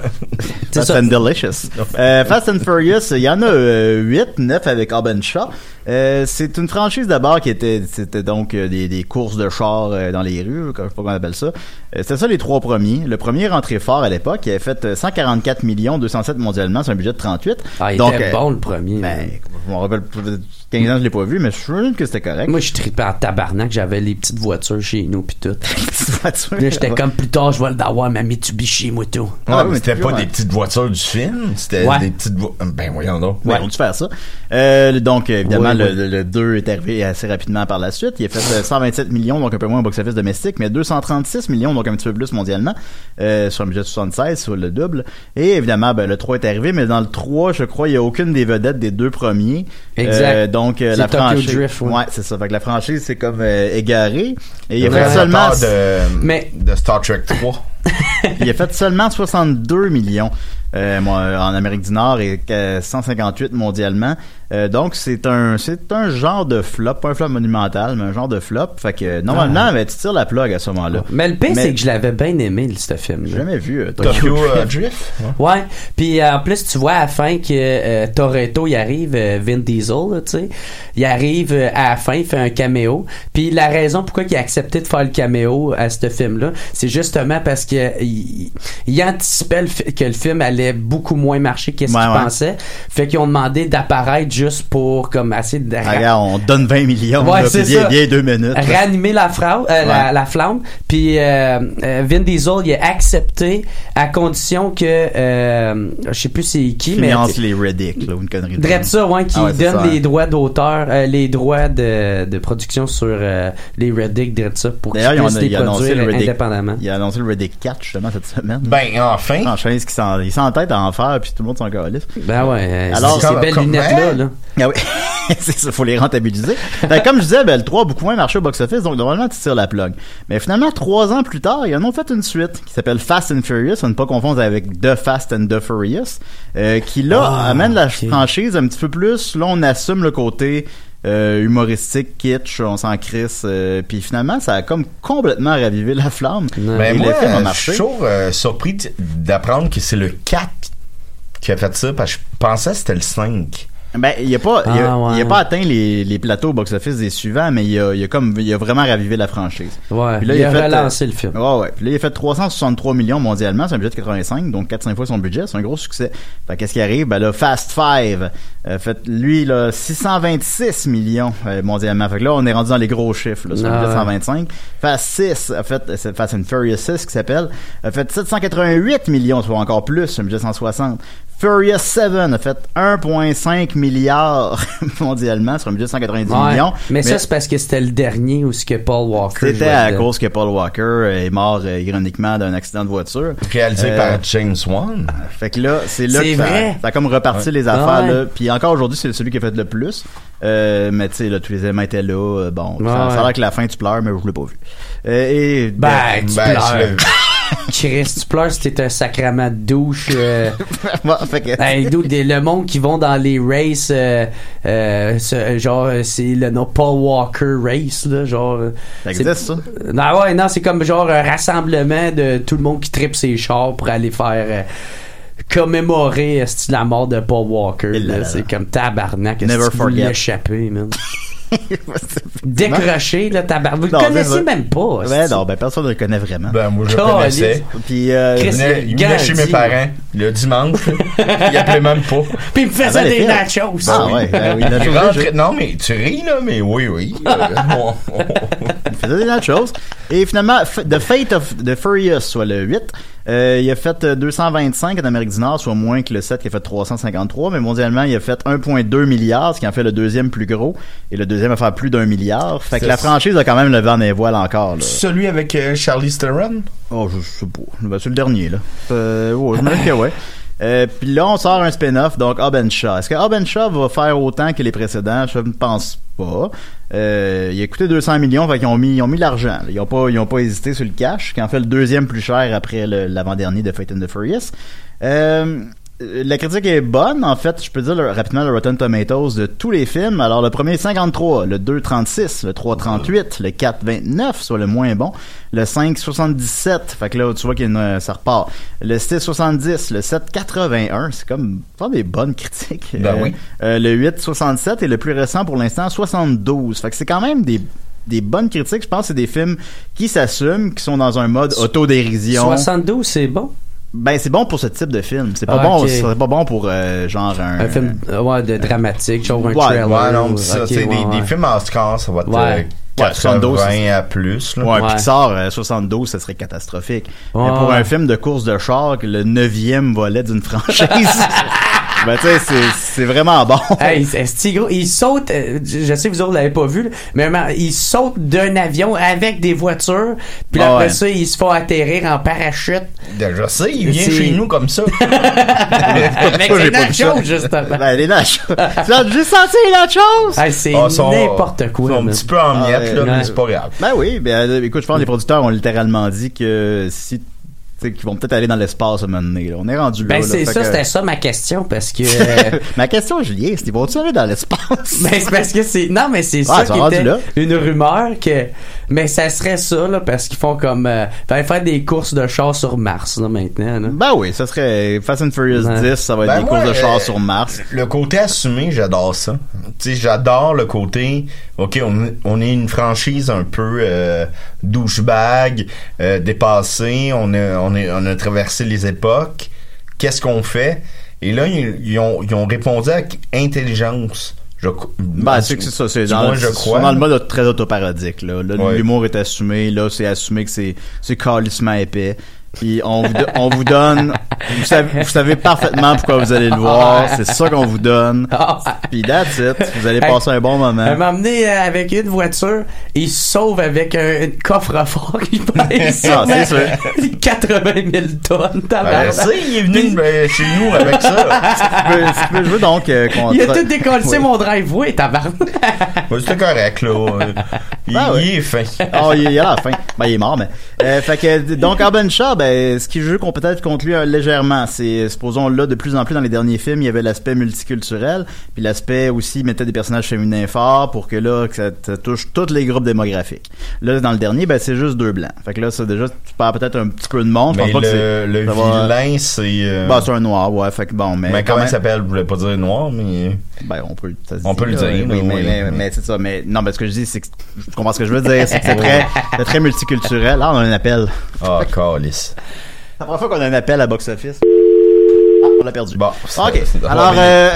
Speaker 5: C'est
Speaker 3: Fast
Speaker 5: ça.
Speaker 3: and Delicious. Euh, Fast and Furious, il y en a 8, 9 avec Urban Shaw. Euh, c'est une franchise d'abord qui était, c'était donc euh, des, des courses de chars euh, dans les rues, comme- je sais pas comment on appelle ça. Euh, c'était ça les trois premiers. Le premier est rentré fort à l'époque, il avait fait euh, 144 millions 207 mondialement sur un budget de 38.
Speaker 5: Ah, il
Speaker 3: donc,
Speaker 5: était
Speaker 3: euh,
Speaker 5: bon le premier.
Speaker 3: ben, je m'en rappelle, peut-être 15 ans je l'ai pas vu, mais je suis sûr que c'était correct.
Speaker 5: Moi, je tripais en tabarnak, j'avais les petites voitures chez nous pis tout.
Speaker 3: Petite voiture.
Speaker 5: Là, j'étais comme plus tard, je vais le d'avoir ma Mitsubishi, moi tout.
Speaker 6: Non,
Speaker 3: Ah oui,
Speaker 6: mais
Speaker 3: mais
Speaker 6: c'était
Speaker 3: c'est
Speaker 6: pas
Speaker 3: plus,
Speaker 6: des
Speaker 3: ouais.
Speaker 6: petites voitures du film, c'était
Speaker 5: Ouais.
Speaker 6: des petites voitures... Ben voyons donc.
Speaker 3: Ouais. Ils ont dû faire ça. Euh, donc, euh, évidemment,
Speaker 5: Ouais,
Speaker 3: le-
Speaker 5: ouais.
Speaker 3: Le, 2 est arrivé assez rapidement par la suite. Il a fait euh, 127 millions, donc un peu moins au box-office domestique, mais 236 millions, donc un petit peu plus mondialement, euh, sur un budget de 76, sur le double. Et évidemment, ben, le 3 est arrivé, mais dans le 3, je crois, il n'y a aucune des vedettes des deux premiers.
Speaker 5: Exact.
Speaker 3: donc, euh,
Speaker 5: C'est
Speaker 3: la
Speaker 5: Tokyo
Speaker 3: franchise...
Speaker 5: Drift, ouais.
Speaker 3: ouais, c'est ça. Fait que la franchise, c'est comme euh, égarée. Et il a,
Speaker 6: Le
Speaker 3: fait seulement,
Speaker 6: réalisateur de,
Speaker 5: Mais-
Speaker 6: de Star Trek 3.
Speaker 3: il a fait seulement 62 millions euh, moi, en Amérique du Nord et euh, 158 mondialement. Euh, donc c'est un c'est un genre de flop, pas un flop monumental, mais un genre de flop. Fait que normalement, ben, tu tires la plug à ce moment-là.
Speaker 5: Ah. Mais le pire,
Speaker 3: Mais-
Speaker 5: c'est que je l'avais bien aimé, ce film.
Speaker 3: J'ai jamais vu euh, Tokyo.
Speaker 6: Tokyo euh, Drift.
Speaker 5: Ouais. Puis euh, en plus, tu vois, à la fin que euh, Toretto, il arrive, euh, Vin Diesel, là, tu sais, il arrive euh, à la fin, il fait un caméo. Puis la raison pourquoi il a accepté de faire le caméo à ce film-là, c'est justement parce que euh, il, il anticipait le fi- que le film allait beaucoup moins marcher qu'est-ce
Speaker 3: Ouais,
Speaker 5: qu'il
Speaker 3: ouais.
Speaker 5: pensait. Fait qu'ils ont demandé d'apparaître juste pour, comme, assez de...
Speaker 3: Ah, regarde, on donne 20 millions,
Speaker 5: Ouais,
Speaker 3: là,
Speaker 5: c'est
Speaker 3: puis bien,
Speaker 5: ça.
Speaker 3: bien deux minutes.
Speaker 5: réanimer la, fra- euh, la,
Speaker 3: Ouais.
Speaker 5: la flamme. Puis euh, euh, Vin Diesel, il a accepté à condition que euh, je sais plus c'est qui, mais
Speaker 3: Finance les Reddick, là, ou une connerie. de
Speaker 5: Drette
Speaker 3: même.
Speaker 5: ça, ouais, qui
Speaker 3: Ah ouais, c'est
Speaker 5: donne
Speaker 3: ça, hein.
Speaker 5: les droits d'auteur, euh, les droits de, de production sur euh, les Reddick, Drette ça, pour qu'ils
Speaker 3: D'ailleurs, ils ont-
Speaker 5: puissent les
Speaker 3: ils ont annoncé
Speaker 5: produire
Speaker 3: le Reddick.
Speaker 5: indépendamment.
Speaker 3: Il a annoncé le Reddick 4 justement cette semaine.
Speaker 6: Ben enfin.
Speaker 3: Franchise qui s'en, il s'entête à en faire, puis tout le monde s'en calisse.
Speaker 5: Ben ouais, euh,
Speaker 3: Alors,
Speaker 5: c'est ces
Speaker 6: comme-
Speaker 5: belles
Speaker 6: comme-
Speaker 5: lunettes-là, là.
Speaker 3: Ah oui. c'est ça, faut les rentabiliser. Ben, comme je disais, ben, le 3 a beaucoup moins marché au box-office, donc normalement, tu tires la plug. Mais finalement, trois ans plus tard, ils en ont fait une suite qui s'appelle Fast and Furious, à ne pas confondre avec The Fast and The Furious, euh, qui là
Speaker 5: Ah,
Speaker 3: amène la
Speaker 5: ok.
Speaker 3: franchise un petit peu plus. Là, on assume le côté euh, humoristique, kitsch, on s'en crisse. euh, puis finalement, ça a comme complètement ravivé la flamme.
Speaker 6: Mais
Speaker 3: Et
Speaker 6: moi,
Speaker 3: le film a
Speaker 6: euh, je
Speaker 3: marché.
Speaker 6: suis toujours euh, surpris t- d'apprendre que c'est le 4 qui a fait ça, parce que je pensais que c'était le 5.
Speaker 3: Ben, il a pas, il a,
Speaker 5: Ah, ouais.
Speaker 3: il a pas atteint les, les plateaux au box-office des suivants, mais il a, il a comme, il a vraiment ravivé la franchise.
Speaker 5: Ouais,
Speaker 3: Puis là,
Speaker 5: il,
Speaker 3: il a
Speaker 5: a
Speaker 3: fait, euh,
Speaker 5: relancé le film.
Speaker 3: Ouais, ouais. Puis là, il a fait 363 millions mondialement, c'est un budget de 85, donc 4-5 fois son budget, c'est un gros succès. Fait qu'est-ce qui arrive? Ben là, Fast Five, euh, fait, lui, là, 626 millions euh, mondialement. Fait que là, on est rendu dans les gros chiffres, là, sur
Speaker 5: Ah,
Speaker 3: le budget de
Speaker 5: ouais.
Speaker 3: 125. Fast 6, a fait, euh, c'est Fast and Furious 6 qui s'appelle, a fait 788 millions, soit encore plus, un budget de 160. Furious 7 a fait 1,5 milliard mondialement sur un budget de 190
Speaker 5: Ouais.
Speaker 3: millions.
Speaker 5: mais, ça, c'est parce que c'était le dernier où ce que Paul Walker
Speaker 3: C'était
Speaker 5: jouait
Speaker 3: à
Speaker 5: dedans.
Speaker 3: cause que Paul Walker est mort euh, ironiquement d'un accident de voiture.
Speaker 6: Réalisé
Speaker 3: Euh,
Speaker 6: par James Wan.
Speaker 3: Fait que là, c'est là
Speaker 5: C'est
Speaker 3: que ça,
Speaker 5: vrai.
Speaker 3: ça a comme reparti les
Speaker 5: Ah
Speaker 3: affaires.
Speaker 5: ouais.
Speaker 3: Là. Puis encore aujourd'hui, c'est celui qui a fait le plus. Euh, mais tu sais, là, tous les éléments étaient là. euh, Bon,
Speaker 5: Ouais,
Speaker 3: ça, ça a
Speaker 5: ouais.
Speaker 3: l'air que la fin, tu pleures, mais je l'ai pas vu. Euh, et
Speaker 5: Ben, tu
Speaker 6: Ben,
Speaker 5: pleures.
Speaker 6: c'est le-
Speaker 5: Chris, tu pleures si t'es un sacrament de douche. euh,
Speaker 3: Bon, ben, fait que-
Speaker 5: Hey, d'où des- le monde qui vont dans les races, euh, euh, ce- genre, euh, c'est le nom Paul Walker Race, là, genre. euh,
Speaker 3: Ça
Speaker 5: c'est-
Speaker 3: existe, ça?
Speaker 5: Euh, Non, ouais, non, c'est comme genre un rassemblement de tout le monde qui tripe ses chars pour aller faire. euh, commémorer euh, c'est-tu, la mort de Paul Walker
Speaker 3: Et là,
Speaker 5: là,
Speaker 3: là,
Speaker 5: c'est
Speaker 3: là.
Speaker 5: comme tabarnak
Speaker 3: Never
Speaker 5: est-ce que vous
Speaker 3: forget.
Speaker 5: l'échappez, man décroché là tabarnak vous
Speaker 3: Non,
Speaker 5: le
Speaker 3: c'est
Speaker 5: connaissez
Speaker 3: vrai.
Speaker 5: même pas
Speaker 3: Ben
Speaker 5: c'est-tu.
Speaker 3: non, ben personne ne le connaît vraiment.
Speaker 6: Ben, moi, je le
Speaker 5: Caliste.
Speaker 6: connaissais.
Speaker 3: Puis, euh,
Speaker 6: Il
Speaker 5: Chris-
Speaker 6: venait, il venait
Speaker 5: Gandhi.
Speaker 6: chez mes parents le dimanche. il appelait même pas.
Speaker 5: puis il me
Speaker 3: avant
Speaker 5: faisait
Speaker 3: ben, les
Speaker 5: des
Speaker 3: films.
Speaker 5: nachos
Speaker 3: Ah ouais, ben oui, la
Speaker 6: Il
Speaker 3: chose,
Speaker 6: rentrait- Non, mais tu ris, là, mais oui, oui. Euh, on- on-
Speaker 3: il faisait des nachos. Et finalement, F- The Fate of the Furious, soit le 8, euh, il a fait euh, 225 en Amérique du Nord, soit moins que le 7 qui a fait 353, mais mondialement, il a fait 1,2 milliard, ce qui en fait le deuxième plus gros, et le deuxième a fait plus d'un milliard. Fait que
Speaker 6: C'est-
Speaker 3: la franchise a quand même levé en évoile encore, là.
Speaker 6: Celui avec euh, Charlie Theron?
Speaker 3: Oh, je sais pas. Ben, c'est le dernier, là. Euh, ouais, je me dis que ouais. Euh, puis là, on sort un spin-off, donc Hobbs and Shaw. Est-ce que Hobbs and Shaw va faire autant que les précédents? Je ne pense pas. Euh, il a coûté 200 millions, fait qu'ils ont mis, ils ont mis de l'argent. là. Ils n'ont pas, ils ont pas hésité sur le cash, qui en fait le deuxième plus cher après le- l'avant-dernier de Fate and the Furious. Euh, euh, la critique est bonne, en fait. Je peux dire le- rapidement le Rotten Tomatoes de tous les films. Alors, le premier 53, le 2 36, le 3 38, le 4 29, soit le moins bon, le 5 77, fait que là, tu vois qu'il y a une, euh, ça repart. Le 6 70, le 7 81, c'est comme pas des bonnes critiques.
Speaker 6: Ben
Speaker 3: Euh,
Speaker 6: oui.
Speaker 3: euh, le 8 67 et le plus récent pour l'instant 72. Fait que c'est quand même des des bonnes critiques, je pense que c'est des films qui s'assument, qui sont dans un mode autodérision.
Speaker 5: 72 c'est bon
Speaker 3: Ben c'est bon pour ce type de film. C'est pas
Speaker 5: Ah,
Speaker 3: bon,
Speaker 5: ok.
Speaker 3: c'est pas bon pour euh, genre un,
Speaker 5: un film euh, ouais, de dramatique genre un
Speaker 3: Ouais,
Speaker 5: trailer
Speaker 6: Ouais, non,
Speaker 5: ou-
Speaker 6: mais ça,
Speaker 5: ok,
Speaker 6: tu sais,
Speaker 5: ouais,
Speaker 6: des,
Speaker 5: ouais.
Speaker 6: des films en score, ça va être
Speaker 5: Ouais.
Speaker 6: euh,
Speaker 5: Ouais,
Speaker 3: 72,
Speaker 6: 80 à plus. Là.
Speaker 3: Ouais, un
Speaker 5: Ouais.
Speaker 3: Pixar euh, 72, ça serait catastrophique.
Speaker 5: Ouais.
Speaker 3: Mais pour un film de course de char, le neuvième volet d'une franchise, ben tu sais, c'est- c'est vraiment bon.
Speaker 5: Hey, c'est gros, il saute, euh, je sais que vous autres l'avez pas vu, là, mais man, il saute d'un avion avec des voitures, puis
Speaker 3: Ah
Speaker 5: après
Speaker 3: ouais.
Speaker 5: ça, il se fait atterrir en parachute.
Speaker 6: Je sais, il vient
Speaker 5: C'est-
Speaker 6: chez nous comme ça.
Speaker 5: Avec
Speaker 3: Pourquoi
Speaker 5: des
Speaker 3: j'ai pas vu ça?
Speaker 5: nachos, justement.
Speaker 3: ben, les nachos. Tu l'as- J'ai senti les nachos!
Speaker 5: Hey, c'est
Speaker 6: Ah, sont-
Speaker 5: n'importe quoi.
Speaker 6: sont un
Speaker 5: man.
Speaker 6: petit peu en miettes,
Speaker 3: Ah,
Speaker 6: là,
Speaker 3: ouais.
Speaker 6: mais c'est pas grave.
Speaker 3: Ben oui, ben euh, écoute, je pense que les producteurs ont littéralement dit que si, tu sais, qu'ils vont peut-être aller dans l'espace à un moment donné, là. On est rendu là.
Speaker 5: Ben,
Speaker 3: là,
Speaker 5: c'est
Speaker 3: fait
Speaker 5: ça,
Speaker 3: que-
Speaker 5: c'était ça ma question, parce que... euh,
Speaker 3: Ma question, Julien, c'est vont-tu aller dans l'espace?
Speaker 5: Ben, c'est parce que c'est. Non, mais c'est
Speaker 3: Ah,
Speaker 5: ça
Speaker 3: ils sont
Speaker 5: qui
Speaker 3: rendus
Speaker 5: était
Speaker 3: là.
Speaker 5: une rumeur que. Mais ça serait ça, là, parce qu'ils font comme. Euh, fallait faire des courses de chars sur Mars, là, maintenant. Là.
Speaker 3: Ben oui, ça serait Fast and Furious
Speaker 5: Ouais.
Speaker 3: 10, ça va être
Speaker 6: Ben
Speaker 3: des
Speaker 6: moi,
Speaker 3: courses de chars
Speaker 6: euh,
Speaker 3: sur Mars.
Speaker 6: Le côté assumé, j'adore ça. Tu sais, j'adore le côté, OK, on, on est une franchise un peu euh, douchebag, euh, dépassée, on a, on, est- on a traversé les époques, qu'est-ce qu'on fait? Et là, ils, ils ont, ils ont répondu avec intelligence. Je, cou-
Speaker 3: Ben, c'est que c'est ça, c'est
Speaker 6: du
Speaker 3: dans,
Speaker 6: moins, je
Speaker 3: c'est
Speaker 6: crois.
Speaker 3: dans le mode très autoparodique, là. Là,
Speaker 6: Ouais.
Speaker 3: l'humour est assumé, là, c'est assumé que c'est, c'est calissement épais. Puis on vous, do- on vous donne, vous savez, vous savez parfaitement pourquoi vous allez le voir, c'est ça qu'on vous donne.
Speaker 5: Ah.
Speaker 3: Puis that's it, vous allez
Speaker 5: Hey.
Speaker 3: passer un bon moment.
Speaker 5: Elle m'a emmené euh, avec une voiture, il se sauve avec un, un coffre-fort qui pèse
Speaker 3: Ah, c'est
Speaker 5: sûrement 80 000 tonnes.
Speaker 6: Ben,
Speaker 5: tabarnak.
Speaker 6: c'est, il est venu euh, chez nous avec ça.
Speaker 3: Tu peux- tu peux- je veux donc euh, qu'on
Speaker 5: il a
Speaker 3: tra-
Speaker 5: tout décollé,
Speaker 3: Oui.
Speaker 5: mon driveway, tabarnak.
Speaker 6: Ouais, C'était correct, là. Euh, Il,
Speaker 3: Ben Ah ouais.
Speaker 6: il est fin.
Speaker 3: Oh, il est à la fin. Ben, il est mort, mais. Euh, fait que, donc, Urban Shaw, ben, ce qui joue qu'on peut-être contre lui euh, légèrement, c'est, euh, supposons, là, de plus en plus dans les derniers films, il y avait l'aspect multiculturel, puis l'aspect aussi, il mettait des personnages féminins forts pour que là, que ça, te touche tous les groupes démographiques. Là, dans le dernier, ben, c'est juste deux blancs. Fait que là, ça, déjà, tu perds peut-être un petit peu de monde. Je
Speaker 6: Mais
Speaker 3: pense pas que
Speaker 6: le,
Speaker 3: c'est.
Speaker 6: le
Speaker 3: ça va-
Speaker 6: vilain, c'est... euh,
Speaker 3: Ben, c'est un noir, ouais. Fait que bon, mais.
Speaker 6: Mais
Speaker 3: quand
Speaker 6: comment
Speaker 3: même-
Speaker 6: il s'appelle? Je voulais pas dire noir, mais...
Speaker 3: Ben, on peut, ça se
Speaker 6: On
Speaker 3: dit,
Speaker 6: peut le
Speaker 3: là, Oui,
Speaker 6: dire, oui,
Speaker 3: mais,
Speaker 6: oui,
Speaker 3: mais,
Speaker 6: oui.
Speaker 3: mais c'est ça. Mais, non, mais ce que je dis, c'est que je comprends ce que je veux dire. C'est que c'est très, c'est très multiculturel. Là, on a un appel.
Speaker 6: Ah,
Speaker 3: C'est
Speaker 6: calice.
Speaker 3: la première fois qu'on a un appel à Box Office. Ah, on l'a perdu.
Speaker 6: Bon, c'est-
Speaker 3: ok.
Speaker 6: c'est drôle,
Speaker 3: Alors,
Speaker 6: mais-
Speaker 3: euh.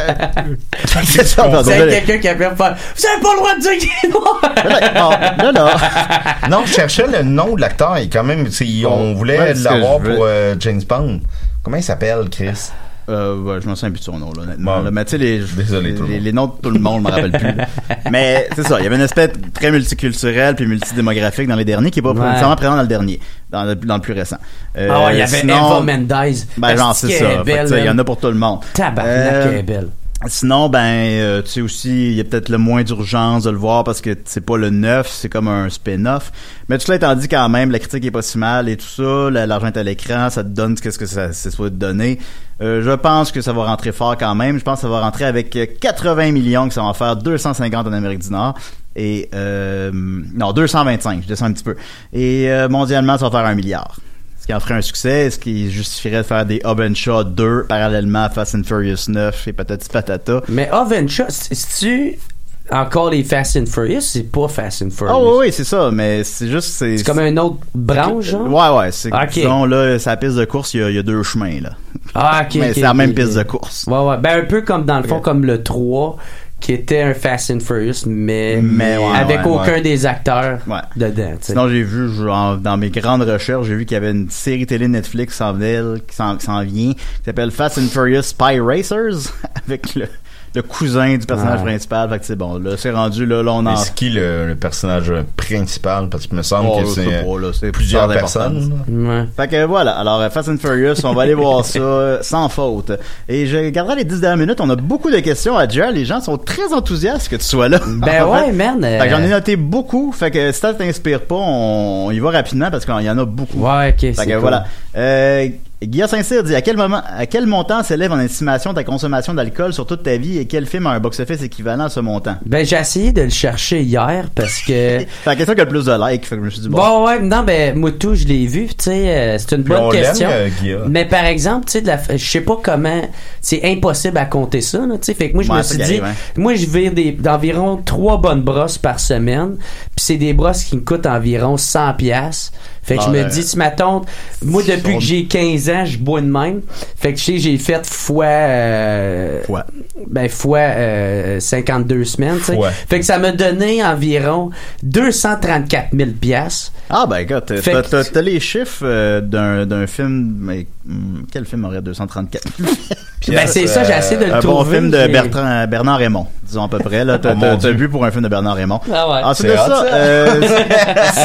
Speaker 3: c'est ça, pardon,
Speaker 5: C'est
Speaker 3: désolé.
Speaker 5: quelqu'un qui appelle pas. Vous avez pas le droit de dire qu'il est noir!
Speaker 3: Bon, là, là.
Speaker 6: Non, je cherchais le nom de l'acteur. Et quand même, tu sais,
Speaker 3: Bon,
Speaker 6: on voulait
Speaker 3: ouais, c'est
Speaker 6: l'avoir
Speaker 3: ce que je
Speaker 6: pour
Speaker 3: veux.
Speaker 6: euh, James Bond. Comment il s'appelle, Chris?
Speaker 3: Euh, ouais, je me souviens plus de son nom, là, honnêtement.
Speaker 6: Bon.
Speaker 3: Là, mais tu sais, les,
Speaker 6: Désolé, tout le
Speaker 3: les,
Speaker 6: monde.
Speaker 3: les noms de tout le monde, je me rappelle plus. là. mais c'est ça, il y avait un aspect très multiculturel puis multidémographique dans les derniers qui est pas
Speaker 5: Ouais.
Speaker 3: nécessairement présent dans le dernier, dans le, dans le plus récent. Euh,
Speaker 5: ah ouais, il y avait
Speaker 3: sinon-
Speaker 5: Eva Mendes.
Speaker 3: Ben genre c'est ça. Fait que, tu sais, Il y en a pour tout le monde.
Speaker 5: Tabarnak,
Speaker 3: Euh,
Speaker 5: elle est belle.
Speaker 3: Sinon, ben, euh, tu sais aussi, il y a peut-être le moins d'urgence de le voir parce que c'est pas le 9, c'est comme un spin-off. Mais tout cela étant dit, quand même, la critique est pas si mal et tout ça, la- l'argent est à l'écran, ça te donne qu'est-ce que ça c'est soit de donner. Euh, je pense que ça va rentrer fort quand même. Je pense que ça va rentrer avec euh, 80 millions, que ça va en faire 250 en Amérique du Nord. Et, euh, non, 225, je descends un petit peu. Et euh, mondialement, ça va faire un milliard. Ce qui en ferait un succès, ce qui justifierait de faire des Hobbs and Shaw 2 parallèlement à Fast and Furious 9 et patati patata.
Speaker 5: Mais Oven c'est-tu encore les Fast and Furious? C'est pas Fast and Furious.
Speaker 3: Ah oui, oui, c'est ça, mais c'est juste... C'est
Speaker 5: C'est comme une autre branche, genre?
Speaker 3: Ouais, ouais, c'est
Speaker 5: Ok.
Speaker 3: disons, là, sa piste de course, il y a, il y a deux chemins, là.
Speaker 5: Ah, ok.
Speaker 3: mais
Speaker 5: ok,
Speaker 3: c'est la
Speaker 5: ok,
Speaker 3: même
Speaker 5: ok.
Speaker 3: piste de course.
Speaker 5: Ouais, ouais. Ben, un peu comme, dans le fond, comme le 3, qui était un Fast and Furious, mais,
Speaker 3: Mais ouais,
Speaker 5: avec
Speaker 3: ouais,
Speaker 5: aucun
Speaker 3: ouais.
Speaker 5: des acteurs
Speaker 3: Ouais.
Speaker 5: dedans, tu sais.
Speaker 3: Sinon, j'ai vu, genre, dans mes grandes recherches, j'ai vu qu'il y avait une série télé Netflix s'en venait, qui s'en qui s'en vient, qui s'appelle Fast and Furious Spy Racers, avec le, le cousin du personnage
Speaker 5: Ouais.
Speaker 3: principal. Fait que c'est bon, là, c'est rendu, là, là, on en...
Speaker 6: Mais c'est qui le, le personnage principal? Parce qu'il me semble
Speaker 3: Oh,
Speaker 6: que
Speaker 3: je sais pas, là, c'est
Speaker 6: c'est euh, plusieurs
Speaker 3: pas d'importance.
Speaker 6: personnes.
Speaker 5: Ouais.
Speaker 3: Fait que voilà, alors euh, Fast and Furious, on va aller voir ça euh, sans faute. Et je garderai les 10 dernières minutes, on a beaucoup de questions à Jer, les gens sont très enthousiastes que tu sois là.
Speaker 5: Ben
Speaker 3: En fait,
Speaker 5: ouais, man. euh,
Speaker 3: Fait que j'en ai noté beaucoup, fait que si ça t'inspire pas, on, on y va rapidement parce qu'il y en a beaucoup.
Speaker 5: Ouais, ok. c'est
Speaker 3: Fait que
Speaker 5: cool.
Speaker 3: voilà. Euh, Guillaume Saint-Cyr dit à quel moment, à quel montant s'élève en estimation ta consommation d'alcool sur toute ta vie et quel film a un box-office équivalent à ce montant?
Speaker 5: Ben, j'ai essayé de le chercher hier parce que.
Speaker 3: C'est la question qui a le plus de likes, fait que je me suis dit bon.
Speaker 5: Bon, ouais, non, ben, Moutou, je l'ai vu, tu sais, euh, c'est une
Speaker 6: Puis
Speaker 5: bonne
Speaker 6: on l'aime,
Speaker 5: question.
Speaker 6: euh, Guilla.
Speaker 3: Ben,
Speaker 5: mais par exemple, tu sais, de la f- je sais pas comment, c'est impossible à compter ça, là, tu sais, fait que moi, je
Speaker 3: Ouais,
Speaker 5: me
Speaker 3: ça
Speaker 5: suis dit,
Speaker 3: qui arrive, hein.
Speaker 5: moi, je vire des, d'environ trois bonnes brosses par semaine, puis c'est des brosses qui me coûtent environ 100 pièces. Fait que
Speaker 3: Ah,
Speaker 5: je me
Speaker 3: ouais.
Speaker 5: dis, tu m'attends, moi, depuis
Speaker 3: sont-
Speaker 5: que j'ai 15 ans, je bois de même. Fait que, tu sais, j'ai fait fois, euh,
Speaker 3: Fois.
Speaker 5: ben, fois euh, 52 semaines, tu sais.
Speaker 6: Fois.
Speaker 5: Fait que ça m'a donné environ 234 000 piastres.
Speaker 3: Ah ben écoute, t'as-
Speaker 5: Fait
Speaker 3: t'as
Speaker 5: que-
Speaker 3: t'as- t'as les chiffres euh, d'un d'un film, mais hum, quel film aurait 234
Speaker 5: Ben, c'est ça, j'ai essayé de le
Speaker 3: euh, Un bon
Speaker 5: trouver.
Speaker 3: film de
Speaker 5: j'ai-
Speaker 3: Bertrand, Bernard Raymond, disons à peu près. Là, t'as,
Speaker 6: Oh, mon
Speaker 3: t'as- t'as
Speaker 6: Dieu.
Speaker 3: vu pour un film de Bernard Raymond.
Speaker 5: Ah ouais.
Speaker 3: Ensuite de
Speaker 6: C'est hot,
Speaker 3: ça,
Speaker 6: ça.
Speaker 3: euh,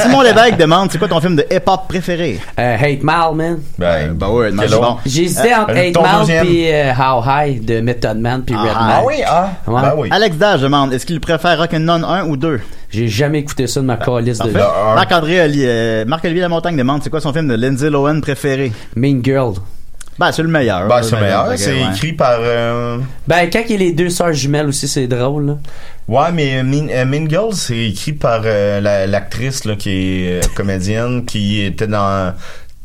Speaker 3: Simon Lévesque demande, c'est quoi ton film de hip-hop préféré?
Speaker 5: Euh, hate Mal, man.
Speaker 6: Ben,
Speaker 3: Ben ouais, non,
Speaker 6: quel
Speaker 3: c'est
Speaker 6: autre?
Speaker 3: bon.
Speaker 5: J'hésitais entre
Speaker 6: euh, ton
Speaker 5: Hate Mal
Speaker 6: deuxième.
Speaker 5: puis euh, How High de Method Man puis
Speaker 3: Ah,
Speaker 5: Redman.
Speaker 6: Ah oui, ah,
Speaker 5: Ouais.
Speaker 6: ben oui.
Speaker 3: Alex Dash demande, est-ce qu'il préfère Rock'n'None 1 ou 2?
Speaker 5: J'ai jamais écouté ça de
Speaker 6: Ben,
Speaker 5: ma calice de
Speaker 6: Le un.
Speaker 3: Marc-André Oli- euh, Marc-Olivier Lamontagne demande, c'est quoi son film de Lindsay Lohan préféré?
Speaker 5: Mean Girl.
Speaker 3: Ben, c'est le meilleur.
Speaker 6: Ben, c'est le
Speaker 3: Fait
Speaker 6: meilleur.
Speaker 3: que,
Speaker 6: C'est
Speaker 3: ouais.
Speaker 6: écrit par. euh,
Speaker 5: Ben, quand il y a les deux sœurs jumelles aussi, c'est drôle, là.
Speaker 6: Ouais, mais euh, Mean, euh, Mean Girls, c'est écrit par euh, la- l'actrice là, qui est euh, comédienne, qui était dans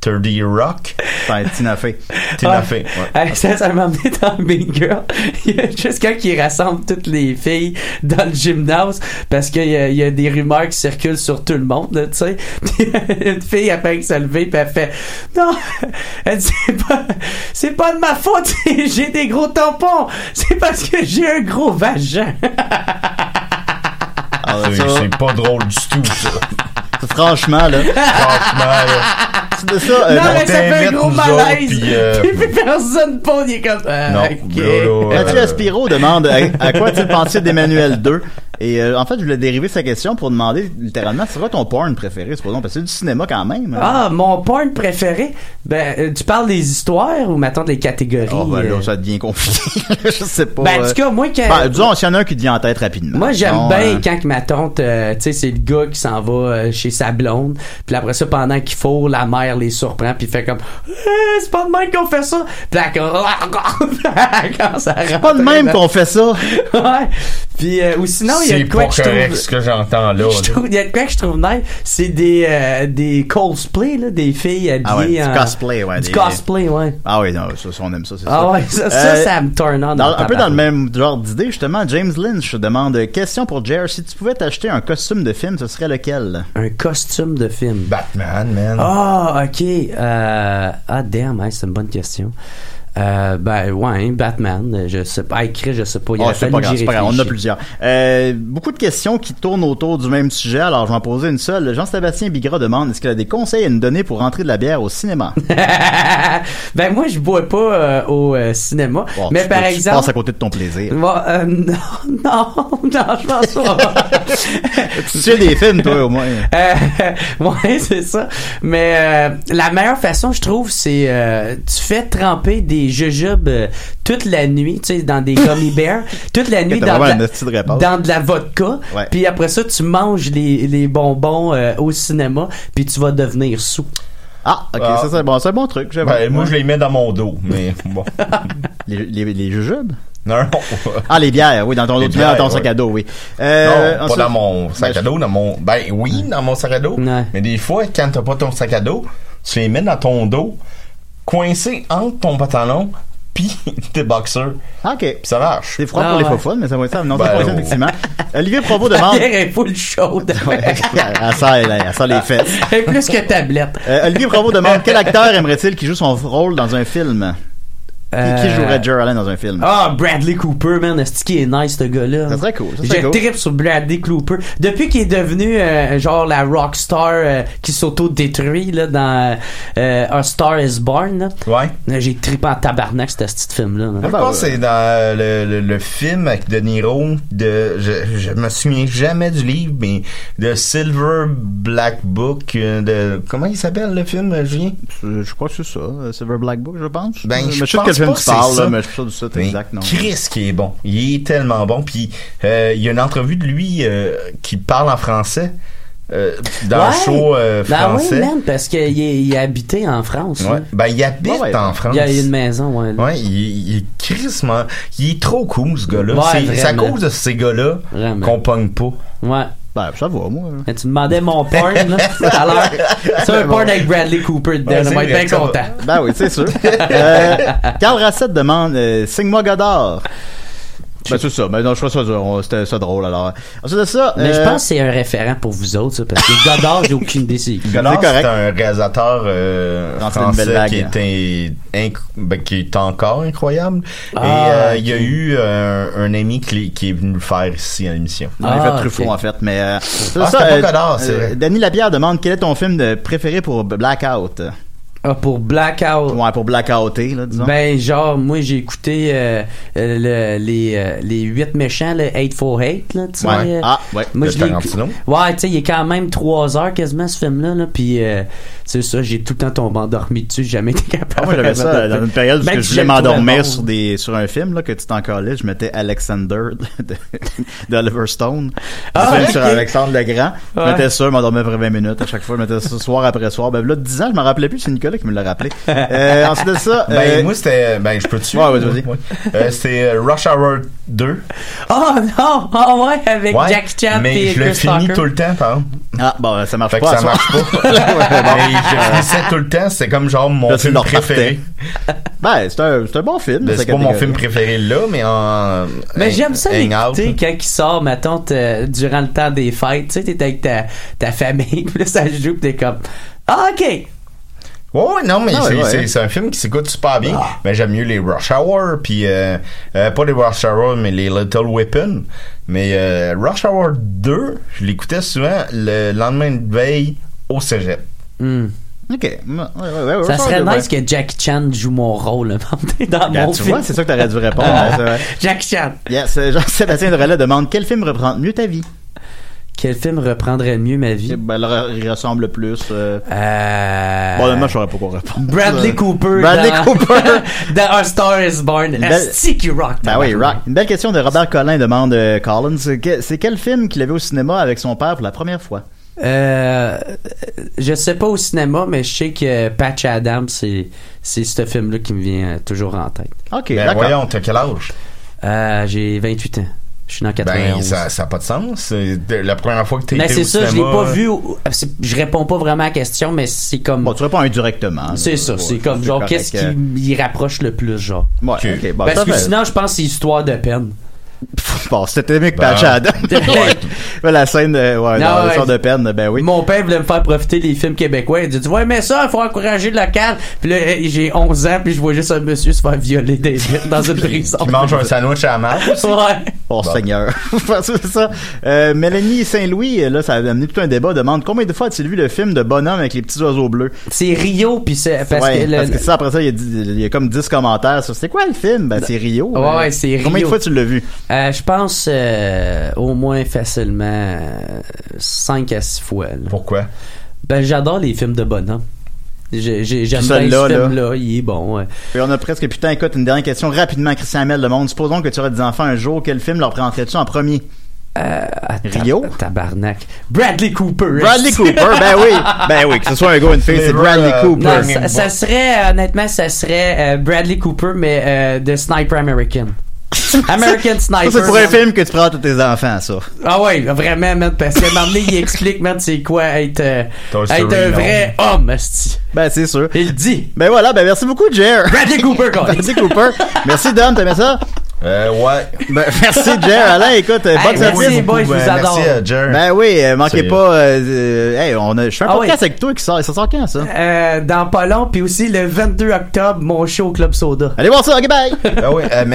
Speaker 6: 30 Rock.
Speaker 3: Enfin, Ben, Tina Fey.
Speaker 6: Tina
Speaker 5: Ah.
Speaker 6: Fey. ouais.
Speaker 5: Hey, ça, ça m'a amené dans Mean Girl. Il y a juste quand il rassemble toutes les filles dans le gymnase parce qu'il y, a- il y a des rumeurs qui circulent sur tout le monde, là, tu sais. Puis, une fille, elle fait que se lever, puis elle fait Non, elle dit, c'est pas, c'est pas de ma faute, j'ai des gros tampons, c'est parce que j'ai un gros vagin. Ah,
Speaker 3: Alors,
Speaker 6: C'est-
Speaker 3: Ah, ça,
Speaker 6: Euh, C'est pas drôle du tout, ça.
Speaker 3: franchement, là.
Speaker 6: Franchement, là.
Speaker 3: C'est de ça. euh,
Speaker 5: non,
Speaker 3: donc,
Speaker 5: mais ça fait un
Speaker 6: t'invite,
Speaker 5: gros
Speaker 6: nous
Speaker 5: malaise.
Speaker 6: autres, puis, euh,
Speaker 5: Puis personne pond, il est comme Ah,
Speaker 6: Non,
Speaker 5: ok.
Speaker 6: là, là,
Speaker 3: Mathieu
Speaker 6: euh,
Speaker 3: Aspiro demande à, à quoi tu pensais d'Emmanuel 2 et euh, en fait je voulais dériver sa question pour demander littéralement c'est quoi ton porn préféré supposons parce que c'est du cinéma quand même hein.
Speaker 5: Ah, mon porn préféré? Ben, euh, tu parles des histoires ou maintenant des catégories?
Speaker 3: Oh, ben là
Speaker 5: euh?
Speaker 3: ça devient compliqué je sais pas
Speaker 5: Ben, en
Speaker 3: euh.
Speaker 5: tout cas, moi, quand-
Speaker 3: Ben, disons s'il y en a un qui te vient en tête rapidement
Speaker 5: Moi, j'aime
Speaker 3: Non,
Speaker 5: bien
Speaker 3: euh,
Speaker 5: quand que ma tante, euh, tu sais, c'est le gars qui s'en va euh, chez sa blonde, puis après ça, pendant qu'il faut, la mère les surprend, puis fait comme, Eh, c'est pas de même qu'on fait ça, puis là, quand ça
Speaker 3: c'est pas de même qu'on fait ça
Speaker 5: ouais. Puis euh, ou sinon, il y a
Speaker 6: c'est
Speaker 5: de quoi
Speaker 6: pas
Speaker 5: que je
Speaker 6: correct
Speaker 5: trouve.
Speaker 6: ce que j'entends là.
Speaker 5: Je trouve, il y a de quoi que je trouve nice, c'est des euh, des cosplay là, des filles habillées
Speaker 3: Ah ouais, du
Speaker 5: en-
Speaker 3: cosplay, ouais,
Speaker 5: Du
Speaker 3: des-
Speaker 5: cosplay, ouais.
Speaker 3: ah oui non ça, ça, on aime ça c'est
Speaker 5: Ah
Speaker 3: ça.
Speaker 5: ouais, ça, ça,
Speaker 3: Euh,
Speaker 5: ça me turn on.
Speaker 3: dans-
Speaker 5: en
Speaker 3: un peu dans le
Speaker 5: tabarnak.
Speaker 3: même genre d'idée, justement, James Lynch demande euh, question pour Jer. Si tu pouvais t'acheter un costume de film, ce serait lequel
Speaker 5: Un costume de film.
Speaker 6: Batman, man.
Speaker 5: Ah, ok. Euh, ah, damn, hein, c'est une bonne question. Euh, ben, ouais, hein, Batman, euh, je sais pas. Ah, écrit, je sais pas. Il
Speaker 3: Ah,
Speaker 5: a
Speaker 3: c'est
Speaker 5: fallu
Speaker 3: pas
Speaker 5: que
Speaker 3: grave,
Speaker 5: j'y
Speaker 3: c'est pas grave, on en a
Speaker 5: réfléchisse.
Speaker 3: plusieurs. Euh, beaucoup de questions qui tournent autour du même sujet, alors je vais en poser une seule. Jean-Sébastien Bigra demande est-ce qu'il a des conseils à nous donner pour rentrer de la bière au cinéma
Speaker 5: ben, moi, je bois pas euh, au euh, cinéma.
Speaker 3: Bon,
Speaker 5: mais
Speaker 3: tu-
Speaker 5: par
Speaker 3: tu
Speaker 5: exemple.
Speaker 3: passes à côté de ton plaisir.
Speaker 5: Bon, euh, non, non, non, je pense pas.
Speaker 3: tu sais des films, toi, au moins.
Speaker 5: Euh, ouais, c'est ça. Mais euh, la meilleure façon, je trouve, c'est euh, tu fais tremper des des jujubes euh, toute la nuit, tu sais, dans des gummy bears, toute la nuit
Speaker 3: T'as
Speaker 5: dans de,
Speaker 3: vraiment une
Speaker 5: la,
Speaker 3: petite réponse.
Speaker 5: dans de la vodka.
Speaker 3: Ouais.
Speaker 5: Puis après ça, tu manges les, les bonbons euh, au cinéma, puis tu vas devenir sous.
Speaker 3: Ah, ok,
Speaker 6: Ah.
Speaker 3: ça c'est bon, c'est un bon truc. j'avoue.
Speaker 6: Ben, moi, je les mets dans mon dos, mais bon.
Speaker 3: les, les, les jujubes.
Speaker 6: Non, non.
Speaker 3: Ah, les bières, oui, dans ton,
Speaker 6: Les
Speaker 3: autre- dans ton
Speaker 6: bières,
Speaker 3: sac
Speaker 6: ouais.
Speaker 3: à dos, oui.
Speaker 6: Non,
Speaker 3: Euh,
Speaker 6: pas
Speaker 3: ensuite-
Speaker 6: dans mon
Speaker 3: ben,
Speaker 6: sac
Speaker 3: Ah.
Speaker 6: à dos, dans mon. Ben oui, dans mon sac à dos.
Speaker 5: Ouais.
Speaker 6: Mais des fois, quand t'as pas ton sac à dos, tu les mets dans ton dos, coincé entre ton pantalon pis tes boxers.
Speaker 3: Ah, Ok.
Speaker 6: Pis ça marche.
Speaker 3: C'est froid
Speaker 5: Ah,
Speaker 3: pour les
Speaker 5: ouais.
Speaker 3: faux folles, mais ça va être ça. Non, c'est
Speaker 6: Ben,
Speaker 3: pas ça,
Speaker 6: oh.
Speaker 3: effectivement. Olivier Provo
Speaker 5: La
Speaker 3: demande.
Speaker 5: bière est full chaude.
Speaker 3: Ouais, elle, sort, elle, elle sort les fesses.
Speaker 5: Et plus que tablette.
Speaker 3: Euh, Olivier Provo demande quel acteur aimerait-il qui joue son rôle dans un film Et Qui
Speaker 5: Euh,
Speaker 3: jouerait Jerry Allen dans un film
Speaker 5: Ah, Bradley Cooper, man, est-ce qu'il est nice, ce gars-là?
Speaker 3: Ça serait cool, ça serait
Speaker 5: Je
Speaker 3: cool.
Speaker 5: tripe sur Bradley Cooper. Depuis qu'il est devenu, euh, genre, la rockstar euh, qui s'auto-détruit, là, dans euh, A Star Is Born, là.
Speaker 6: Ouais.
Speaker 5: Là, J'ai tripé en tabarnak, ce petit film-là. là.
Speaker 6: Je
Speaker 3: bah,
Speaker 6: pense que
Speaker 3: ouais.
Speaker 6: c'est dans le, le- le film avec De Niro de je, je me souviens jamais du livre mais de Silver Black Book euh, de comment il s'appelle le film euh, Julien
Speaker 3: Euh, Je crois que c'est ça. euh, Silver Black Book, je pense. Euh,
Speaker 6: Ben,
Speaker 3: Mais je
Speaker 6: je
Speaker 3: sais de quel
Speaker 6: pense
Speaker 3: film
Speaker 6: pas
Speaker 3: tu
Speaker 6: que c'est
Speaker 3: parles,
Speaker 6: ça.
Speaker 3: là, mais je suis pas du site
Speaker 6: Mais
Speaker 3: exact, non.
Speaker 6: Chris qui est bon. Il est tellement bon. Puis euh, il y a une entrevue de lui euh, qui parle en français euh, dans
Speaker 5: Ouais.
Speaker 6: un show euh,
Speaker 5: Ben oui,
Speaker 6: français.
Speaker 5: man, parce qu'il est, il est habité en France.
Speaker 6: ouais.
Speaker 5: là.
Speaker 6: Ben il habite
Speaker 3: Ouais, ouais.
Speaker 6: en France.
Speaker 5: Il y a une maison, ouais. là.
Speaker 6: Ouais, il, il est crissement- Il est trop cool ce gars-là.
Speaker 5: Ouais,
Speaker 6: C'est- c'est à
Speaker 5: vraiment.
Speaker 6: cause de ces gars-là
Speaker 5: Vraiment.
Speaker 6: qu'on pogne pas.
Speaker 5: Ouais.
Speaker 3: Ben, ça va, moi.
Speaker 5: Mais tu me demandais mon porn, là, tout à l'heure. C'est un porn avec Bradley Cooper dedans,
Speaker 6: Ouais,
Speaker 5: on
Speaker 6: c'est
Speaker 5: va être
Speaker 6: vrai
Speaker 5: bien
Speaker 6: que ça va.
Speaker 5: content.
Speaker 3: Ben oui, c'est sûr. Euh, Carl Racette demande euh, Signe-moi Godard. Ben, c'est ça. Ben, non, je crois ça, dur. On- c'était ça drôle, alors. Ensuite de ça.
Speaker 5: Mais je
Speaker 3: euh,
Speaker 5: pense que c'est un référent pour vous autres, ça, parce que Godard, j'ai aucune idée. c'est qui.
Speaker 6: Godard,
Speaker 3: C'est correct.
Speaker 6: c'est un réalisateur euh,
Speaker 3: Dans une belle
Speaker 6: français
Speaker 3: vague.
Speaker 6: qui est, un- inc- ben, qui est encore incroyable.
Speaker 5: Ah,
Speaker 6: Et euh,
Speaker 5: ok.
Speaker 6: il y a eu euh, un ami qui, qui est venu le faire ici à l'émission.
Speaker 3: Non, il
Speaker 5: Ah,
Speaker 3: fait Truffaut
Speaker 5: ok.
Speaker 3: en fait, mais euh, c'est
Speaker 6: Ah, c'était pas Godard, c'est vrai.
Speaker 3: Denis Lapierre demande quel est ton film de préféré pour Blackout. Euh,
Speaker 5: Ah, pour Blackout.
Speaker 3: Ouais, pour Blackouté là, disons.
Speaker 5: Ben, genre, moi, j'ai écouté euh, euh, le- les, euh, les 8 méchants, le 848, là, tu sais.
Speaker 3: Ouais.
Speaker 5: euh,
Speaker 3: Ah, ouais.
Speaker 5: Moi,
Speaker 6: De
Speaker 5: je l'ai
Speaker 6: Tarantino.
Speaker 5: Ouais, tu sais, il est quand même 3 heures quasiment, ce film-là, là, puis euh, c'est ça, j'ai tout le temps tombé endormi dessus, j'ai jamais été capable.
Speaker 3: Ah, moi j'avais ça
Speaker 5: vraiment de-
Speaker 3: dans une période où
Speaker 5: Même
Speaker 3: que je
Speaker 5: si
Speaker 3: voulais
Speaker 5: le trouvais
Speaker 3: m'endormir
Speaker 5: bon.
Speaker 3: sur des sur un film là que tu t'en collais, je mettais Alexander de- d'Oliver Stone.
Speaker 5: Ah,
Speaker 3: Un film
Speaker 5: ok.
Speaker 3: sur Alexandre le Grand. Je
Speaker 5: Ouais.
Speaker 3: mettais ça, je m'endormais pour 20 minutes à chaque fois, je mettais ça soir après soir. Ben là 10 ans, je me rappelais plus, c'est Nicolas qui me l'a rappelé. Euh, ensuite de ça,
Speaker 6: Ben,
Speaker 3: euh,
Speaker 6: moi, c'était. Ben, je peux-tu?
Speaker 3: Ouais, ouais, vas-y.
Speaker 6: Euh, c'était euh, Rush Hour 2.
Speaker 5: Oh non! Ah ouais, avec
Speaker 6: Ouais,
Speaker 5: Jack Chan
Speaker 6: Mais
Speaker 5: et
Speaker 6: je le
Speaker 5: Chris
Speaker 6: finis
Speaker 5: Tucker.
Speaker 6: tout le temps, par exemple.
Speaker 3: ah bon, ça marche
Speaker 6: Fait que
Speaker 3: pas. à
Speaker 6: ça
Speaker 3: soir.
Speaker 6: marche pas. mais je finissais tout le temps. C'était comme genre mon
Speaker 3: Là, tu
Speaker 6: film
Speaker 3: le
Speaker 6: préféré.
Speaker 3: Ben, c'est un, c'est un bon film.
Speaker 6: Ben,
Speaker 3: cette
Speaker 6: C'est pas mon
Speaker 3: catégorie.
Speaker 6: film préféré là, mais en.
Speaker 5: Mais
Speaker 6: Hang-
Speaker 5: j'aime ça
Speaker 6: Hangout.
Speaker 5: l'écouter quand il sort, ma tante, durant le temps des fêtes. Tu sais, t'es avec ta, ta famille, puis là, ça joue, pis t'es comme... Ah, OK!
Speaker 6: Ouais, ouais, non, mais
Speaker 3: Ah,
Speaker 6: c'est
Speaker 3: ouais, Ah. ouais.
Speaker 6: c'est- c'est un film qui s'écoute super bien. Mais j'aime mieux les Rush Hour, puis euh, euh, pas les Rush Hour, mais les Little Weapon. Mais euh, Rush Hour 2, je l'écoutais souvent le lendemain de veille au cégep.
Speaker 5: Hmm.
Speaker 3: Ok. Ouais, ouais, ouais, ouais,
Speaker 5: Ça
Speaker 3: ouais,
Speaker 5: serait
Speaker 3: ouais.
Speaker 5: nice que Jackie Chan joue mon rôle un moment donné, dans
Speaker 3: Ah,
Speaker 5: mon
Speaker 3: tu
Speaker 5: film. Ah,
Speaker 3: vois, c'est ça que t'aurais dû répondre. hein, c'est vrai.
Speaker 5: Jackie Chan.
Speaker 3: Yes, euh, Jean-Sébastien Drolet demande quel film reprend mieux ta vie
Speaker 5: Quel film reprendrait mieux ma vie?
Speaker 3: Ben, le- il ressemble le plus. euh,
Speaker 5: Euh...
Speaker 3: Bon, honnêtement, je saurais pas quoi répondre.
Speaker 5: Bradley
Speaker 3: Euh,
Speaker 5: Cooper. Ah.
Speaker 3: Bradley
Speaker 5: dans-
Speaker 3: Cooper.
Speaker 5: dans A Star Is Born.
Speaker 3: Belle-
Speaker 5: Esti qui rock.
Speaker 3: Ben oui, rock. Une belle question de Robert Collin demande euh, Collins. euh, que- C'est quel film qu'il avait au cinéma avec son père pour la première fois
Speaker 5: Euh, je sais pas au cinéma, mais je sais que Patch Adams, c'est, c'est ce film-là qui me vient euh, toujours en tête.
Speaker 3: Ok,
Speaker 6: Ben
Speaker 3: d'accord.
Speaker 6: voyons, t'as quel âge?
Speaker 5: Euh, j'ai 28 ans. Je suis dans
Speaker 6: Ben,
Speaker 5: 91.
Speaker 6: ça n'a pas de sens. C'est de- la première fois que t'es
Speaker 5: mais
Speaker 6: été
Speaker 5: Ben, c'est
Speaker 6: au
Speaker 5: ça, je l'ai
Speaker 6: cinéma,
Speaker 5: pas
Speaker 3: hein.
Speaker 5: vu. au- c'est- Je réponds pas vraiment à la question, mais c'est comme.
Speaker 3: Bon, tu réponds indirectement.
Speaker 5: c'est
Speaker 3: là,
Speaker 5: ça,
Speaker 3: ouais,
Speaker 5: c'est comme genre,
Speaker 3: correct,
Speaker 5: qu'est-ce qui
Speaker 3: euh,
Speaker 5: m'y rapproche le plus, genre.
Speaker 3: Ouais,
Speaker 6: Ok.
Speaker 3: ok, bon,
Speaker 5: Parce
Speaker 3: ça
Speaker 5: que
Speaker 3: fait-
Speaker 5: sinon, je pense que c'est histoire de peine.
Speaker 3: Pff, Bon, c'était mieux que
Speaker 6: Ben.
Speaker 3: Patch Adams. Ouais, la scène de, ouais,
Speaker 5: Non,
Speaker 3: dans
Speaker 5: ouais.
Speaker 3: l'histoire de peine, ben oui.
Speaker 5: Mon père voulait me faire profiter des films québécois. Il dit Ouais, mais ça, il faut encourager le local. Puis là, euh, j'ai 11 ans, puis je vois juste un monsieur se faire violer des dans une prison.
Speaker 6: Qui mange un sandwich à la marque.
Speaker 5: Ouais.
Speaker 3: Oh
Speaker 6: Bon.
Speaker 3: Seigneur. c'est ça. Euh, Mélanie Saint-Louis, là, ça a amené tout un débat, demande combien de fois as-tu vu le film de Bonhomme avec les petits oiseaux bleus?
Speaker 5: C'est Rio, puis c'est. Parce
Speaker 3: Ouais,
Speaker 5: que le-
Speaker 3: parce que ça, après ça, il y a, dix- il y a comme 10 commentaires sur c'est quoi le film? Ben, c'est Rio.
Speaker 5: Ouais,
Speaker 3: Euh,
Speaker 5: ouais, c'est
Speaker 3: Combien de
Speaker 5: Rio.
Speaker 3: fois tu l'as vu?
Speaker 5: euh, je pense euh, au moins facilement 5 à 6 fois. là.
Speaker 6: Pourquoi?
Speaker 5: Ben, j'adore les films de bonhomme. J'ai- j'ai- J'aime bien ce
Speaker 3: Celui-là, là.
Speaker 5: film-là. Il est bon. ouais.
Speaker 3: Et on a presque putain écoute une dernière question rapidement Christian Hamel le monde supposons que tu aurais des enfants un jour quel film leur présenterais-tu en premier
Speaker 5: Ah, tab-
Speaker 3: Rio?
Speaker 5: Tabarnak. Bradley Cooper.
Speaker 3: Bradley Cooper ben oui ben oui que ce soit un gars ou une fille c'est
Speaker 6: Flavor,
Speaker 3: Bradley
Speaker 6: euh,
Speaker 3: Cooper
Speaker 5: Non,
Speaker 6: Burning
Speaker 5: ça,
Speaker 6: Bush.
Speaker 5: ça serait, euh, honnêtement, ça serait euh, Bradley Cooper, mais euh, de Sniper American. American
Speaker 3: ça
Speaker 5: Sniper.
Speaker 3: c'est pour un
Speaker 5: man.
Speaker 3: film que tu prends à tous tes enfants ça
Speaker 5: Ah ouais, vraiment, man, parce que maintenant, il explique, man, c'est quoi être, euh,
Speaker 6: Toy Story,
Speaker 5: être un vrai homme, esti.
Speaker 3: ben c'est sûr
Speaker 5: Il le dit.
Speaker 3: ben voilà ben merci beaucoup Jer
Speaker 5: Bradley Cooper, quoi.
Speaker 3: Bradley Cooper merci Dom t'aimais ça
Speaker 6: Euh, ouais.
Speaker 3: ben merci Jer Alain écoute euh,
Speaker 5: Hey,
Speaker 3: bonne
Speaker 5: merci,
Speaker 3: service
Speaker 5: les boys, je vous
Speaker 6: Ouais,
Speaker 5: adore.
Speaker 6: Merci, euh, Jer.
Speaker 3: ben oui euh, manquez
Speaker 6: C'est-
Speaker 3: pas euh, euh, hey on a je fais un
Speaker 5: Ah
Speaker 3: podcast
Speaker 5: oui.
Speaker 3: avec toi qui sort ça sort quand ça
Speaker 5: Euh, dans pas long, puis aussi le 22 octobre, mon show au Club Soda.
Speaker 3: allez voir ça ok bye
Speaker 6: Ben oui, euh, merci.